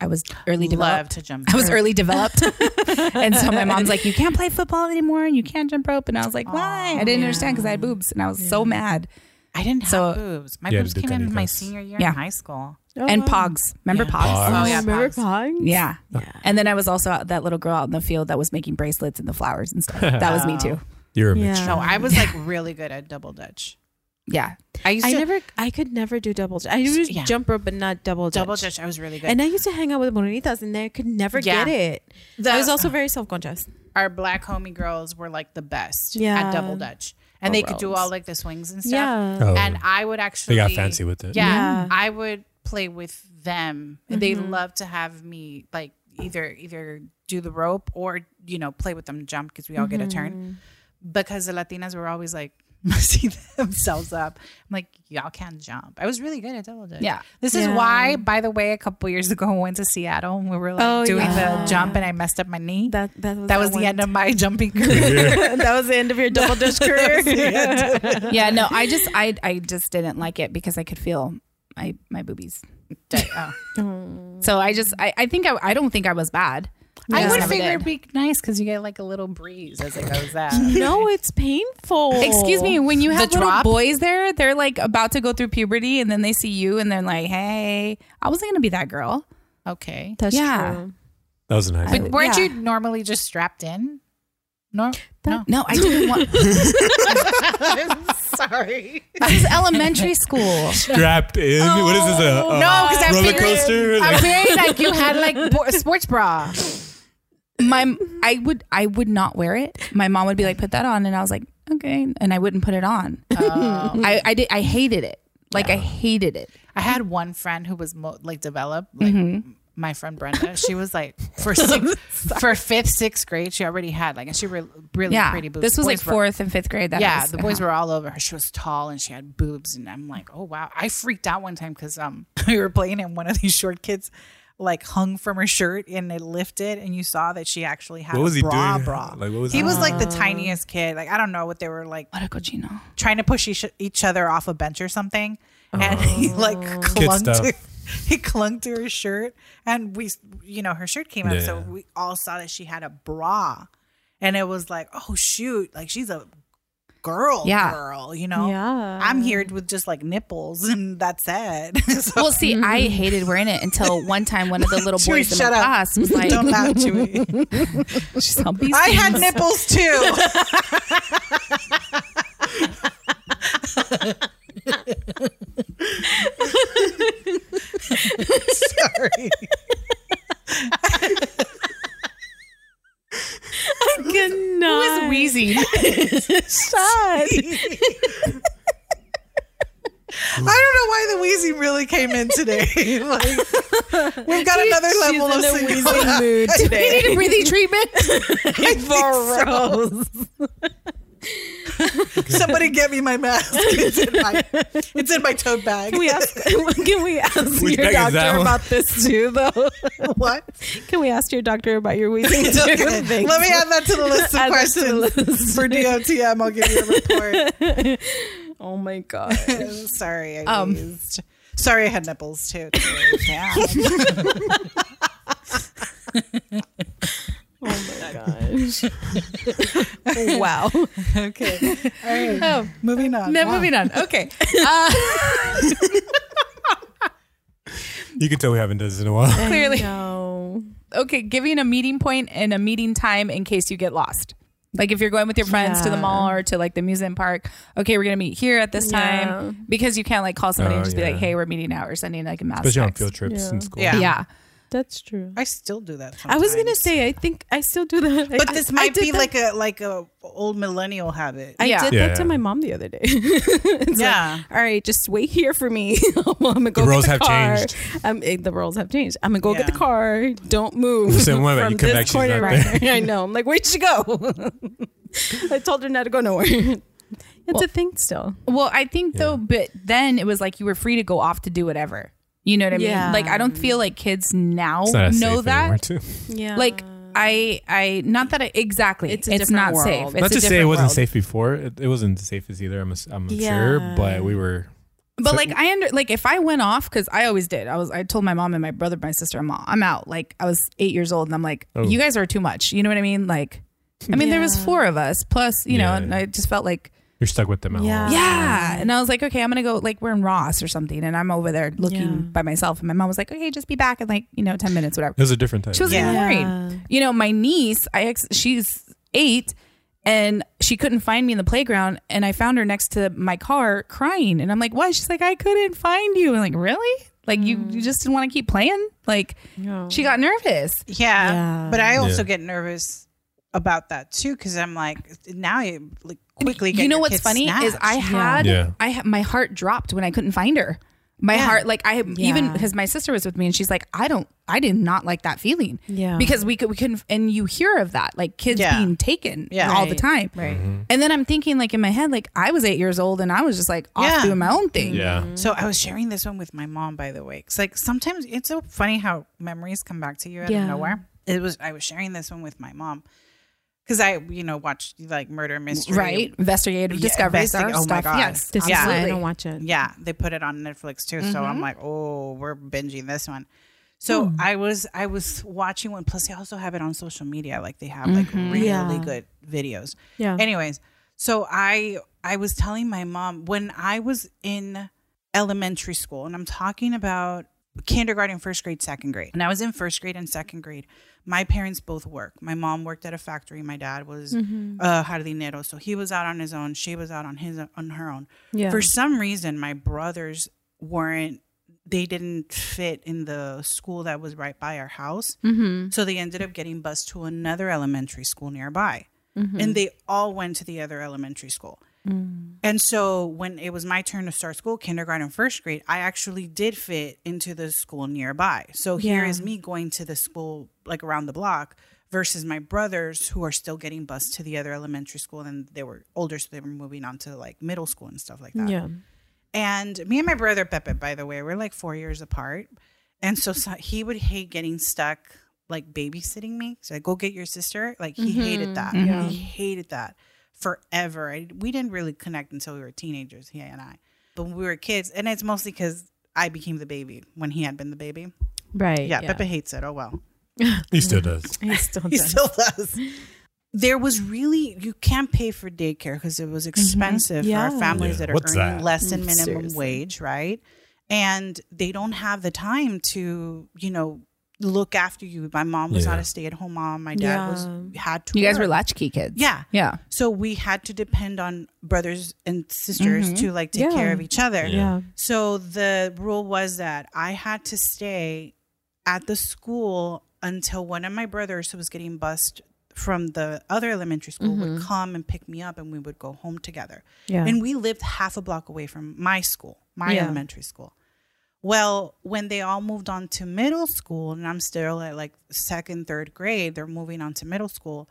I was early
love
developed.
to jump.
I was
rope.
early developed, and so my mom's like, "You can't play football anymore, and you can't jump rope." And I was like, "Why?" I didn't
yeah.
understand because I had boobs, and I was so mad.
I didn't have
So-
boobs. My
Yeah,
boobs
the
came in my
canicas.
senior year
Yeah.
in high school.
and Pogs, remember
Yeah.
Pogs?
Pogs.
Oh, yeah,
Oh, remember
Pogs.
Pogs?
Yeah.
Yeah.
And then I was also out- that little girl out in the field that was making bracelets and the flowers and stuff. That was me too.
You're a
Yeah.
mixture.
No, I was like really good at double dutch.
Yeah. I used
I
to.
never, I could never do double. Dutch. I used
Yeah.
jump rope, but not double.
Double
dutch.
dutch, I was really good.
And I used to hang out with Morenitas, and I could never
Yeah.
get it.
The-
I was also very self conscious.
our black homie girls were like the best
Yeah.
at double dutch, and
Oh,
they could do
gross.
all like the swings and stuff.
Yeah.
Oh.
And I would
they
actually
got fancy with it.
Yeah,
Yeah.
I would play with them. They love to have me like either either do the rope or you know play with them jump because we all get a turn. Because the Latinas were always like messing themselves up. I'm like, y'all can't jump. I was really good at double dutch.
Yeah.
This is
Yeah.
why, by the way, a couple years ago I went to Seattle and we were like
Oh,
doing
yeah.
the jump and I messed up my knee. That,
That that was
was the end of my jumping career.
of that was the end of your double dutch career.
yeah. No, I just, I, I just didn't like it because I could feel my, my boobies.
Oh.
So I just, I, I think I, I don't think I was bad.
I
just
would
never
figure
did.
it'd be nice because you get like a little breeze as it goes up.
no, it's painful.
Excuse me, when you have little
drop?
boys there, they're like about to go through puberty and then they see you and they're like, hey, I wasn't going to be that girl.
Okay.
That's
Yeah.
true.
That was nice.
But weren't
yeah.
you normally just strapped in? No, no.
No, I didn't want,
I'm sorry.
this is elementary school.
Strapped in. what is this? A, a
No, because I
roller
figured.
coaster?
I
Like,
figured like you had like bo- sports bra.
my I would I would not wear it. My mom would be like, put that on, and I was like, okay, and I wouldn't put it on.
Oh.
I I, did, I hated it. Like I hated it.
I had one friend who was mo- like developed, like my friend Brenda, she was like for six, for fifth, sixth grade, she already had like, and she were really
yeah,
pretty boobs.
this was like
Boys were-
fourth and fifth grade. That
yeah,
was-
the boys
uh-huh.
were all over her. She was tall and she had boobs, and I'm like, oh wow. I freaked out one time because um we were playing and one of these short kids like hung from her shirt and it lifted, and you saw that she actually had
What was
a
he
bra
doing?
bra.
Like, what was
he
he
was like the tiniest kid. Like I don't know what they were like
What a cochino.
trying to push each, each other off a bench or something, and he
Oh.
like clung
stuff.
to he clung to her shirt, and we you know her shirt came up, so
Yeah.
we all saw that she had a bra, and it was like oh shoot, like she's a girl,
Yeah.
girl, you know.
Yeah.
I'm here with just like nipples, and that's it. so
Well, see, I hated wearing it until one time one of the little
Chewy,
boys in my
shut up.
class was like,
don't laugh, Chewy.
"She's on these
I had
things."
nipples too. Sorry.
Good night.
Who is wheezing?
I don't know why the wheezing really came in today. Like, we've got another level of
in a
single-
wheezing mood
We
today.
need a breathing treatment.
I think Somebody get me my mask. It's in my, it's in my tote bag.
Can we ask, can we ask
Which
your
bag is that
doctor
one?
about this too, though?
what?
Can we ask your doctor about your wheezing?
It's okay. Let me add that to the list of
Add that to
questions
the list.
for DOTM. I'll give you a report.
Oh my god!
Sorry, I
Um.
wheezed. Sorry, I had nipples too. Damn.
Oh my gosh! wow.
okay. All right.
Oh.
Moving on.
No,
Wow.
moving on. Okay. Uh,
You can tell we haven't done this in a while.
Clearly.
No.
okay, giving a meeting point and a meeting time in case you get lost. Like if you're going with your friends to the
Yeah.
mall or to like the museum park, okay, we're gonna meet here at this
Yeah.
time because you can't like call somebody and
Oh,
just be
yeah.
like, hey, we're meeting now or sending like a mass
Especially on
text.
field trips
Yeah.
in school.
Yeah.
Yeah.
That's true.
I still do that.
I was gonna
sometimes.
say, I think I still do that.
but
I-
this
I
might
did
be
that-
like a like a old millennial habit.
I
Yeah.
did
Yeah.
that to my mom the other day. It's
Yeah.
Like, All right, just wait here for me. I'm gonna go.
The roles have
get the car.
changed.
Um, eh, the roles have changed. I'm gonna go
Yeah.
get the car. Don't move.
The same way, but
from
you come
this
back, she's
corner
not
right there. I know. I'm like, where'd she go? I told her not to go nowhere. It's a thing still.
Well, I think though, but then it was like you were free to go off to do whatever. You know what I mean?
Yeah.
Like I don't feel like kids now
It's not as
know
safe
that.
anymore, too.
Yeah.
Like I, I not that I, exactly.
It's
It's,
a different
not
world.
safe. It's
Not
a
to say it
different
wasn't
world.
safe before. It, it wasn't the safest either. I'm, ass- I'm
Yeah.
sure, but we were.
But
So-
like I under like if I went off because I always did. I was I told my mom and my brother, my sister, I'm all, I'm out. Like I was eight years old, and I'm like,
Oh.
you guys are too much. You know what I mean? Like, I mean there was
Yeah.
four of us plus you know,
Yeah.
and I just felt like
You're stuck with them at
Yeah.
home.
yeah, and I was like, okay, I'm gonna go like we're in Ross or something, and I'm over there looking
Yeah.
by myself, and my mom was like, okay, just be back in like you know ten minutes, whatever.
It was a different time.
She was
Yeah.
even worried. You know, my niece, I ex- she's eight, and she couldn't find me in the playground, and I found her next to my car crying, and I'm like, "Why?" She's like, "I couldn't find you." And like, really? Like you, you just didn't want to keep playing? Like she got nervous.
Yeah,
Yeah.
but I also
Yeah.
get nervous about that too because I'm like now I like quickly. Get
you know
your
what's
kids
funny is
snatched.
I had
Yeah.
I ha- my heart dropped when I couldn't find her. My
Yeah.
heart, like I even
Yeah.
because my sister was with me and she's like, I don't, I did not like that feeling.
Yeah.
because we could we couldn't, and you hear of that, like kids
Yeah.
being taken
Yeah.
all the
Right.
time, right?
Mm-hmm.
And then I'm thinking, like in my head, like I was eight years old and I was just like off
Yeah.
doing my own thing.
Yeah.
So I was sharing this one with my mom, by the way. It's like sometimes it's so funny how memories come back to you out
Yeah.
of nowhere. It was I was sharing this one with my mom because I you know watched like murder mystery
Right, investigative
Yeah,
discovery
investig-
stuff.
oh my God.
Yes,
This is why I
absolutely.
don't watch it.
Yeah, they put it on Netflix too. So
Mm-hmm.
I'm like, oh, we're binging this one. So
Hmm.
I was I was watching one. Plus, they also have it on social media. Like they have like
Mm-hmm.
really
Yeah.
good videos.
Yeah.
Anyways, so I I was telling my mom when I was in elementary school, and I'm talking about kindergarten, first grade, second grade. When I was in first grade and second grade, my parents both work. My mom worked at a factory. My dad was uh, jardinero, so he was out on his own. She was out on his on her own.
Yeah.
For some reason, my brothers weren't. They didn't fit in the school that was right by our house.
Mm-hmm.
So they ended up getting
Mm-hmm.
bused to another elementary school nearby. And they all went to the other elementary school.
Mm.
And so when it was my turn to start school, kindergarten, first grade, I actually did fit into the school nearby. So here
Yeah.
is me going to the school like around the block versus my brothers who are still getting bused to the other elementary school and they were older, so they were moving on to like middle school and stuff like that.
Yeah.
And me and my brother Pepe, by the way, we're like four years apart. And so, so- he would hate getting stuck like babysitting me. So I go get your sister. Like
Mm-hmm.
he hated that.
Yeah.
He hated that forever. I, we didn't really connect until we were teenagers, he and I. But when we were kids, and it's mostly because I became the baby when he had been the baby.
Right.
Yeah, Pepe hates it. Oh well.
He still does.
He still
He
does.
still does. There was really you can't pay for daycare because it was expensive for
Yeah.
our families
Yeah.
that are
What's
earning
that?
less than
Mm,
minimum
seriously.
wage, right? And they don't have the time to, you know, look after you. My mom was
Yeah.
not a stay-at-home mom. My dad was
Yeah.
had to.
You guys were
work.
latchkey kids.
Yeah.
Yeah.
So we had to depend on brothers and sisters
Mhm.
to like take
Yeah.
care of each other.
Yeah.
So the rule was that I had to stay at the school until one of my brothers who was getting bused from the other elementary school would come and pick me up and we would go home together.
Yeah.
And we lived half a block away from my school, my
Yeah.
elementary school. Well, when they all moved on to middle school and I'm still at like second, third grade, they're moving on to middle school.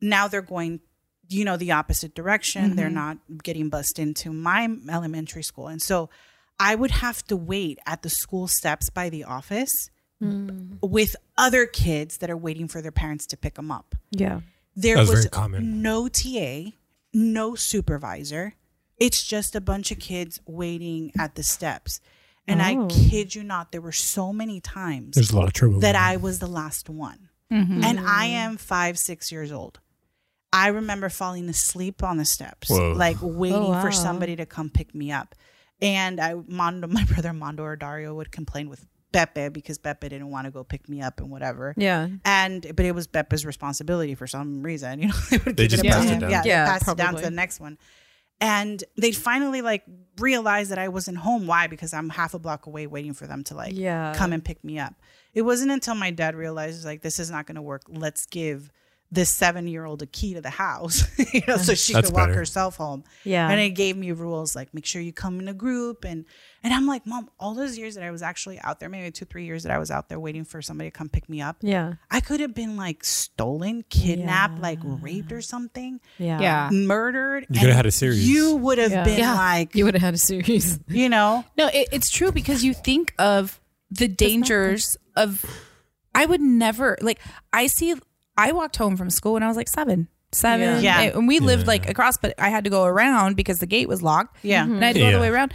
Now they're going you know the opposite direction they're not
Mm-hmm.
getting bused into my elementary school and so i would have to wait at the school steps by the office
Mm.
with other kids that are waiting for their parents to pick them up
yeah.
there
That's
was
very common.
no ta no supervisor it's just a bunch of kids waiting at the steps and
Oh.
i kid you not there were so many times
There's a lot of trouble.
that
going on.
I was the last one.
Mm-hmm.
And I
Mm.
am five, six years old. I remember falling asleep on the steps,
Whoa.
like waiting
Oh, wow.
for somebody to come pick me up. And I Mondo, my brother Mondo or Dario would complain with Beppe because Beppe didn't want to go pick me up and whatever.
Yeah.
And but it was Beppa's responsibility for some reason. You know, they would
They
give
just
it up to
passed it
him.
down.
Yeah, they
Yeah,
passed it down to
probably.
the next one. And they'd finally like realize that I wasn't home. Why? Because I'm half a block away waiting for them to like
Yeah.
come and pick me up. It wasn't until my dad realized like this is not going to work. Let's give this seven year old a key to the house, you know, so she
That's
could walk
better.
herself home.
Yeah.
And it gave me rules like make sure you come in a group and and I'm like, mom, all those years that I was actually out there, maybe two three years that I was out there waiting for somebody to come pick me up,
Yeah.
I could have been like stolen, kidnapped,
Yeah.
like raped or something,
Yeah.
Yeah.
murdered.
You
and
could have had a series.
You would have
Yeah.
been
Yeah.
like,
You would have had a series.
you know,
No, it, it's true because you think of the dangers of. I would never like. I see. I walked home from school when I was like seven, seven,
Yeah.
and we lived
Yeah.
like across, but I had to go around because the gate was locked.
yeah,
and I had to go all the
Yeah.
way around.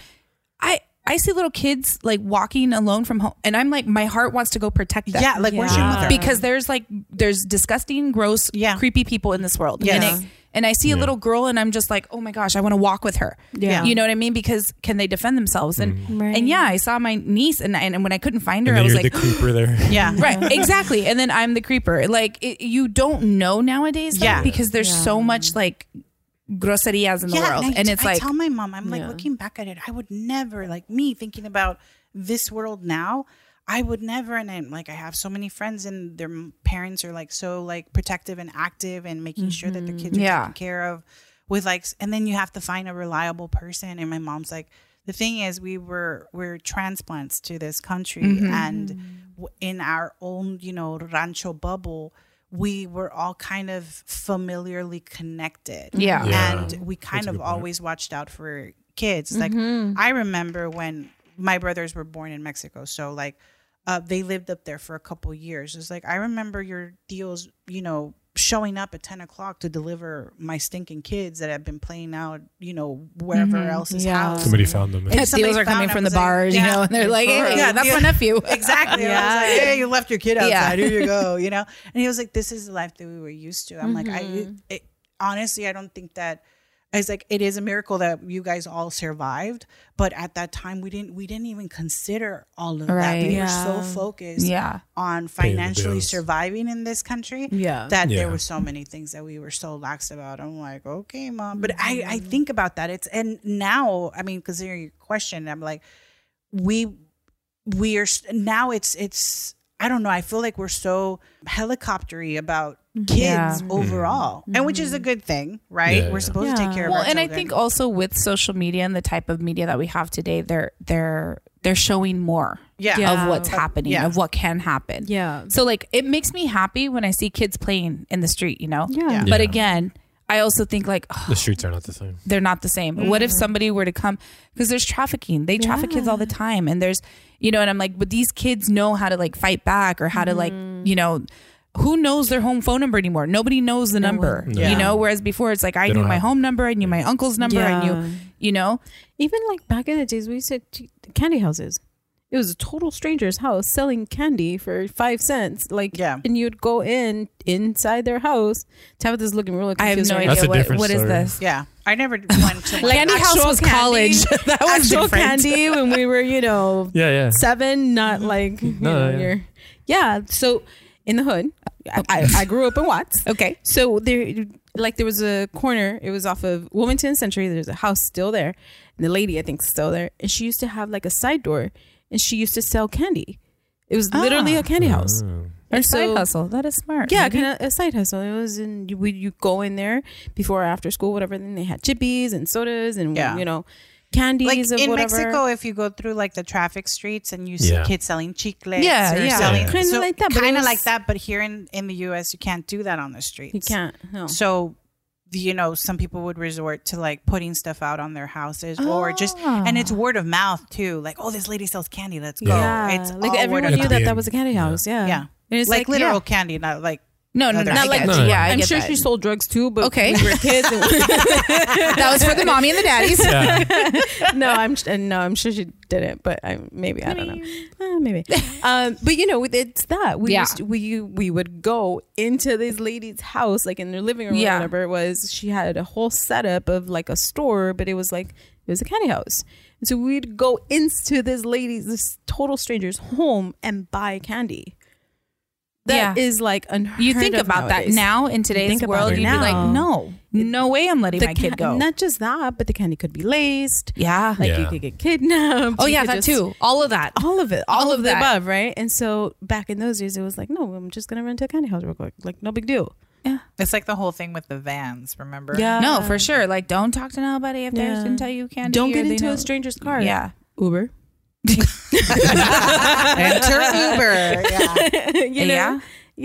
I I see little kids like walking alone from home, and I'm like, my heart wants to go protect them.
yeah, like where's your
Yeah.
mother?
because there's like there's disgusting, gross,
Yeah.
creepy people in this world.
Yes.
And, it, and I see a little girl, and I'm just like, oh my gosh, I want to walk with her.
Yeah.
you know what I mean? Because can they defend themselves? And
Right.
and yeah, I saw my niece, and and, and when I couldn't find her,
Mm-hmm. and
I was
then you're
like.
the creeper there.
yeah,
Right, exactly, and then I'm the creeper. Like it, you don't know nowadays, though,
Yeah.
because there's so much like grosserias in the world,
I,
and it's
I
like
tell my mom, I'm like
Yeah.
looking back at it, I would never like me thinking about this world now. I would never, and I'm like, I have so many friends, and their m- parents are like so like protective and active, and making sure that their kids are
Mm-hmm. Yeah.
taken care of. With like, s- and then you have to find a reliable person. And my mom's like, the thing is, we were we're transplants to this country,
Mm-hmm.
and w- in our own you know rancho bubble, we were all kind of familiarly connected.
Yeah.
Yeah.
And we kind
a
of
good point.
always watched out for kids. Like I remember when my brothers were born in Mexico, so like uh, they lived up there for a couple years. It's like I remember your deals, you know, showing up at ten o'clock to deliver my stinking kids that have been playing out, you know, wherever else's
Yeah.
house.
Somebody found them.
And
And
somebody
deals are
found
coming
it,
from
I
the
was like,
bars,
yeah,
you know, and they're like,
for
hey,
real.
that's
Yeah.
my nephew.
Exactly.
Yeah.
I was like, hey, you left your kid outside.
Yeah.
Here you go. You know. And he was like, this is the life that we were used to. I'm like, I it, it- honestly, I don't think that. I was like, it is a miracle that you guys all survived, but at that time we didn't we didn't even consider all of that.
Right.
We
Yeah.
were so focused
Yeah.
on
Paying the
financially
bills.
surviving in this country
Yeah.
that
Yeah.
there were so many things that we were so lax about. I'm like, okay, mom. But I,
Mm-hmm.
I think about that. It's and now, I mean, considering your question, I'm like, we we are s- now it's it's I don't know. I feel like we're so helicoptery about kids
Mm-hmm. Yeah. Mm-hmm.
overall, and which is a good thing, right?
Mm-hmm. Yeah,
We're
yeah.
supposed to take
Yeah.
care of
well
our
and i
children.
think also with social media and the type of media that we have today they're they're they're showing more
yeah,
Yeah.
of what's happening
yeah.
of what can happen
Yeah.
so like it makes me happy when i see kids playing in the street you know
Yeah.
Yeah.
but
Yeah.
again i also think like oh,
The streets are not the same.
they're not the same. What if somebody were to come because there's trafficking. They traffic kids all the time and there's you know and I'm like but these kids know how to like fight back or how to like you know who knows their home phone number anymore? Nobody knows the number.
No.
You
Yeah.
know whereas before it's like I
They
knew
don't
my
have-
home number, I knew my uncle's number, I
Yeah.
knew you know.
Even like back in the days, we used to t- candy houses. It was a total stranger's house selling candy for five cents. Like,
Yeah.
And you'd go in inside their house. Tabitha's looking really
I have
confused.
no
right
That's
idea
a
what
different
what is
story.
this.
yeah. I never went to like,
Candy house
actual
was
candy.
college. that
now.
was
Actual
different.
candy when we were, you know,
Yeah, yeah.
seven, not like, you know,
yeah.
you're, yeah. So in the hood, I, I, I grew up in Watts.
Okay.
So there, like there was a corner. It was off of Wilmington Century. There's a house still there, and the lady I think is still there. And she used to have like a side door, and she used to sell candy. It was literally a candy house.
Oh.
Or
And
side
so-
hustle. Mm-hmm. That is smart.
Yeah,
Maybe.
kind of a side hustle. It was in you, would you go in there before or after school, whatever. Then they had chippies and sodas and
Yeah.
you know candies
like
of
in
whatever.
Mexico, if you go through like the traffic streets and you see
Yeah.
kids selling chiclets,
Yeah,
or
yeah.
selling
Yeah.
Kinda like that, but it
kind of
was-
like that. But here in in the U.S., you can't do that on the streets.
you can't. No.
So, you know, some people would resort to like putting stuff out on their houses or just,
Ah.
and it's word of mouth too. Like, oh, this lady sells candy. Let's go.
yeah,
It's
like
all word
everyone
of
knew
mouth.
that that was a candy house. Yeah,
Yeah.
And it's
like,
like,
literal
yeah.
candy, not like
No, no,
Other-
not
I
like
get
that.
yeah, I
I'm
get
sure
that.
she sold drugs too, but
Okay.
we were kids. And
that was for the mommy and the daddies.
Yeah.
no, I'm uh, no, I'm sure she didn't, but I maybe I don't know, Uh, maybe. um, but you know, with- it's that we
Yeah.
used to- we we would go into this lady's house, like in their living room,
Yeah.
or whatever it was. She had a whole setup of like a store, but it was like it was a candy house. And so we'd go into this lady's, this total stranger's home, and buy candy. That is
Yeah.
like unheard
You think
of
about
nowadays.
that now in today's
think about
world,
it
you'd be
now.
like, no, no way I'm letting
The
my kid
ca-
go.
Not just that, but the candy could be laced.
yeah.
Like you
Yeah.
could get kidnapped.
oh
you
yeah,
could
that
just-
too. All of that.
all of it, all,
All
of,
of
the
that.
above, right? And so back in those days, it was like, no, I'm just gonna rent a candy house real quick, like no big deal.
It's like the whole thing with the vans, remember?
No, for sure. Like, don't talk to nobody if
Yeah.
they Uh, didn't tell you candy.
Don't
or
get
they
into
know-
a stranger's car.
Yeah.
Uber.
Enter Uber. Yeah.
you know?
Yeah.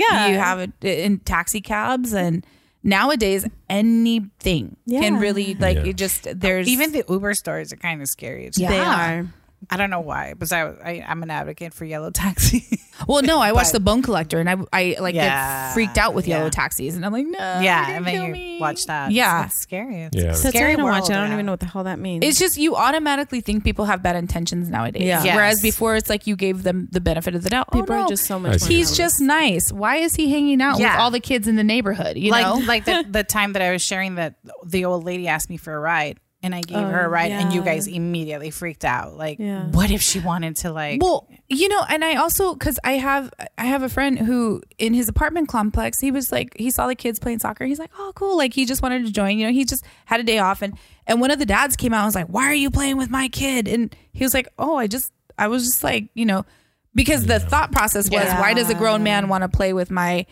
yeah.
You have it in taxi cabs and nowadays anything
Yeah.
can really like
Yeah.
it just there's
Even the Uber stores are kind of scary. It's
Yeah.
They
Yeah.
are.
I don't know why, but I, I, I'm an advocate for yellow taxi.
well no I watched
but-
the Bone Collector and I I like get
Yeah.
freaked out with
Yeah.
yellow taxis and I'm like no
Oh,
yeah,
they
and then
kill
you
me.
watch that.
Yeah.
it's, it's scary. It's
Yeah.
a
That's
scary
why I don't
world.
watch. it. I don't
yeah.
even know what the hell that means.
It's just you automatically think people have bad intentions nowadays.
Yeah.
Yes.
Whereas before, it's like you gave them the benefit of the doubt.
people
oh, no.
are just so
I
much.
see.
more
He's
nowadays.
just nice. Why is he hanging out
Yeah.
with all the kids in the neighborhood? You
like
know,
like the, the time that I was sharing that the old lady asked me for a ride and I gave
Oh,
her a ride and you
yeah.
guys immediately freaked out. Like
Yeah.
what if she wanted to like
well, you know, and I also because I have I have a friend who in his apartment complex he was like he saw the kids playing soccer. He's like, oh cool, like he just wanted to join. You know, he just had a day off, and and one of the dads came out and was like, why are you playing with my kid? And he was like, oh, I just I was just like you know because the thought process was
Yeah.
why does a grown man want to play with my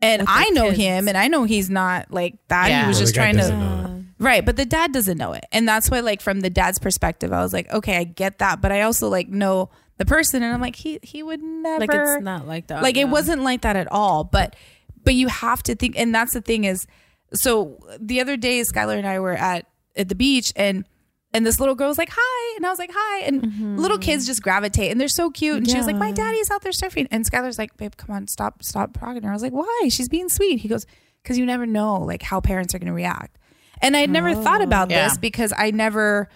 and
With
I
the
know
kids.
him and I know he's not like that.
Yeah.
He was
Well,
just
the guy
trying to
Uh,
doesn't know that.
Right, but the dad doesn't know it. And that's why like from the dad's perspective, I was like, okay, I get that, but I also like know the person and I'm like he he would never
like it's not like that.
like
yeah.
it wasn't like that at all but but you have to think and that's the thing is so the other day skylar and i were at at the beach and and this little girl was like hi and i was like hi and little kids just gravitate and they're so cute and she was like my
Mm-hmm. Yeah.
daddy's out there surfing and skylar's like babe come on stop stop progging her i was like why she's being sweet he goes because you never know like how parents are going to react and i'd never
Oh.
thought about
Yeah.
this because i never
Uh,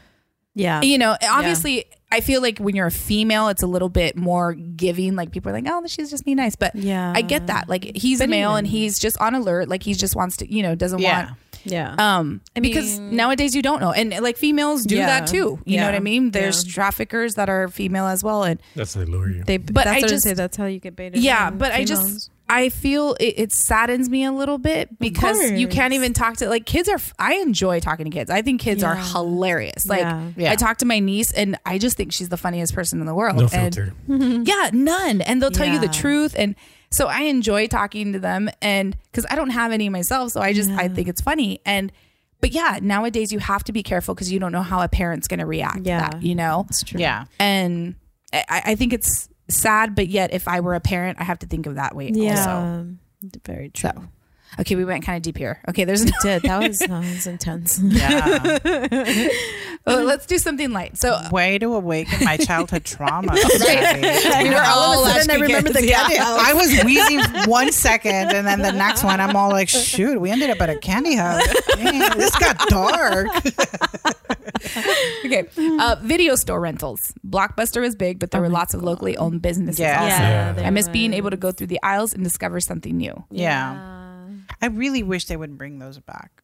Yeah.
you know, obviously, I feel like when you're a female, it's a little bit more giving. Like people are like, "Oh, she's just being nice," but
Yeah.
I get that. Like he's a male and he's just on alert. Like he just wants to, you know, doesn't
Yeah.
want.
Yeah.
Um, because
mean-
nowadays you don't know, and like females do
Yeah.
that too. You
Yeah.
know what I mean? There's traffickers that are female as well, and
That's how they lure you.
they.
but
that's
I
what
just-
say. That's how you get baited.
yeah,
in
but I
females.
just I feel it, it saddens me a little bit because you can't
course.
even talk to like kids are. f- I enjoy talking to kids. I think kids are
Yeah.
hilarious. Like
Yeah.
Yeah.
I talk to my niece and I just think she's the funniest person in the world.
No
And-
filter.
yeah, none. And they'll tell you the
Yeah.
truth. And so I enjoy talking to them and because I don't have any myself. So I just, I think it's funny. And, but yeah, nowadays you have to be careful because you don't know how a parent's going to react to
Yeah.
that, you know?
It's true.
Yeah.
And I, I think it's sad, but yet if I were a parent, I have to think of that way also.
Yeah. Very true.
Okay, we went kind of deep here. Okay, there's,
Dude, that was, that was intense.
Yeah.
oh, let's do something light. So
Way to awaken my childhood trauma.
we
Kathy.
were all last
I remember
weekend.
the
Yeah, I did. I was wheezing one second, and then the next one, I'm all like, "Shoot, we ended up at a candy house. Dang, this got dark."
Okay, uh, video store rentals. Blockbuster was big,
Oh
but there were lots of locally owned businesses
Yeah.
also.
Yeah.
there
I miss being
was.
able to go through the aisles and discover something new.
Yeah, I really wish they would bring those back.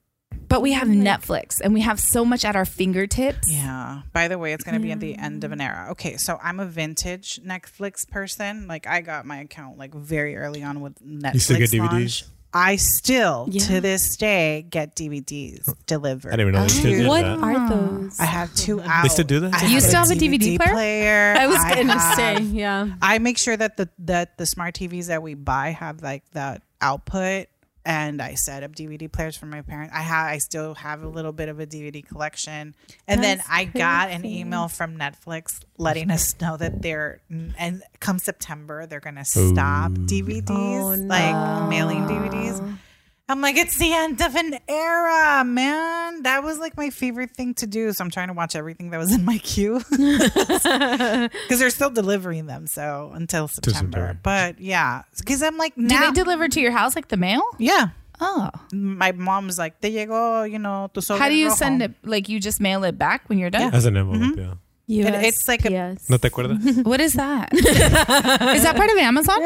But we have Netflix and we have so much at our fingertips.
Yeah. By the way, it's going to be at the end of an era. Okay, so I'm a vintage Netflix person. Like I got my account like very early on with Netflix.
You still get DVDs?
launch. I still
Yeah.
to this day get DVDs
I
delivered.
didn't even know they still did
What
that.
Uh-huh.
are those?
I have two out.
They still do that?
I
You
still have a DVD player? I was
gonna
have-
say, yeah.
I make sure that the that the smart TVs that we buy have like that output, and I set up DVD players for my parents. I ha- I still have a little bit of a DVD collection, and then
That's
I got an
crazy.
email from Netflix letting us know that they're and come September they're gonna
Ooh.
stop DVDs,
Oh,
like mailing DVDs. I'm like, it's the end of an era, man. That was like my favorite thing to do. So I'm trying to watch everything that was in my queue because they're still delivering them. So until September.
September.
But yeah, because I'm like,
Do
now.
they deliver to your house like the mail?
yeah.
Oh.
My mom's like, they llegó, you know, tu sobre
How do you
rojo."
send it? Like you just mail it back when you're done?
As an envelope, yeah.
And it's like a-
USPS.
¿No te acuerdas?
What is that? is that part of Amazon?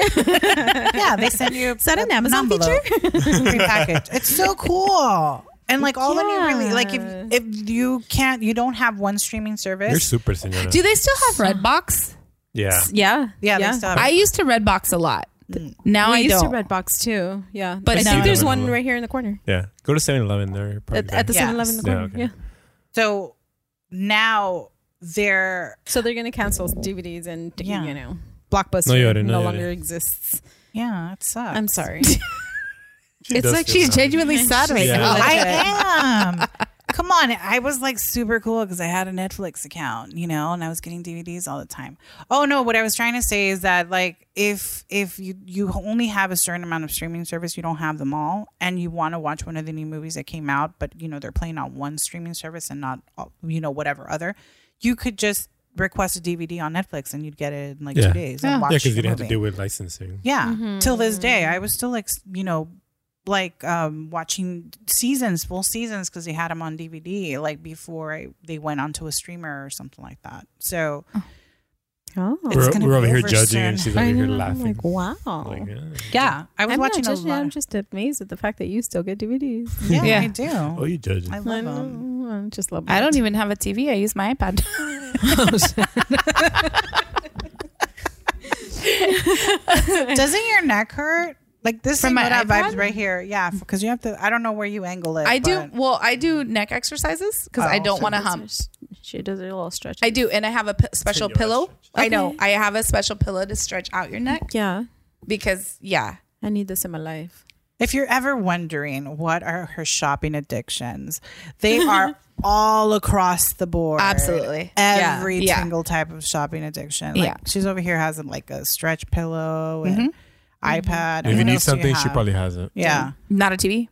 Yeah, they send you. Is
that an Amazon
Prepackaged. It's so cool. And like all the new, really, like
Yeah.
if if you can't, you don't have one streaming service.
You're super, senora.
Do they still have Redbox?
yeah.
yeah,
yeah, they still have
I used to Redbox a lot. Now
we
I
used
don't.
to Redbox too. Yeah,
But
I
no.
think there's
7-Eleven.
one right here in the corner
Yeah. Go to 7 Eleven. They're probably
at, at the
Yeah.
7-Eleven in the
Yeah,
corner.
okay.
Yeah.
So now they're
So they're gonna cancel DVDs and
Yeah.
you know blockbuster
No llore, no
no
llore.
longer exists.
yeah, it sucks.
I'm sorry.
it's like she's genuinely sad right
Yeah.
now.
I am. Come on, I was like super cool because I had a Netflix account, you know, and I was getting DVDs all the time. Oh no, what I was trying to say is that like if if you you only have a certain amount of streaming service, you don't have them all, and you want to watch one of the new movies that came out, but you know they're playing on one streaming service and not all- you know whatever other, you could just request a DVD on Netflix and you'd get it in like
Yeah.
two days
Yeah.
and watch.
Yeah, because
the
you didn't have to
movie.
deal with licensing.
Yeah. Till this day, I was still like, s- you know, like um watching seasons, full seasons, because they had them on DVD, like before I, they went onto a streamer or something like that. So
Oh,
It's
We're,
gonna
we're
be
over here
over
judging
soon.
and she's
I
over here
know, I'm
laughing.
like wow.
Like, yeah.
yeah, I was
I'm
watching
not
a
judging,
lot.
I'm
of-
just amazed at the fact that you still get DVDs.
yeah,
Yeah.
I do.
Oh, you judging.
I
I
love them.
know, I'm just love.
I don't even have a TV. I use my iPad.
Doesn't your neck hurt? Like this
From
is
my
what I
iPad?
vibes right here. Yeah, because you have to. I don't know where you angle it.
I do.
but-
Well, I do neck exercises because I
Oh,
don't
so
want to hump.
She does a little stretch.
I do, and I have a p- special
your
pillow. I know.
Okay.
I have a special pillow to stretch out your neck
yeah,
because, yeah.
I need this in my life.
If you're ever wondering what are her shopping addictions, they are all across the board.
Absolutely. Yeah.
Every
Yeah.
single type of shopping addiction. Like,
Yeah.
She's over here has like a stretch pillow and
Mm-hmm.
iPad.
If
What
you need
else do
something, she
have?
probably has it.
Yeah.
Not a TV.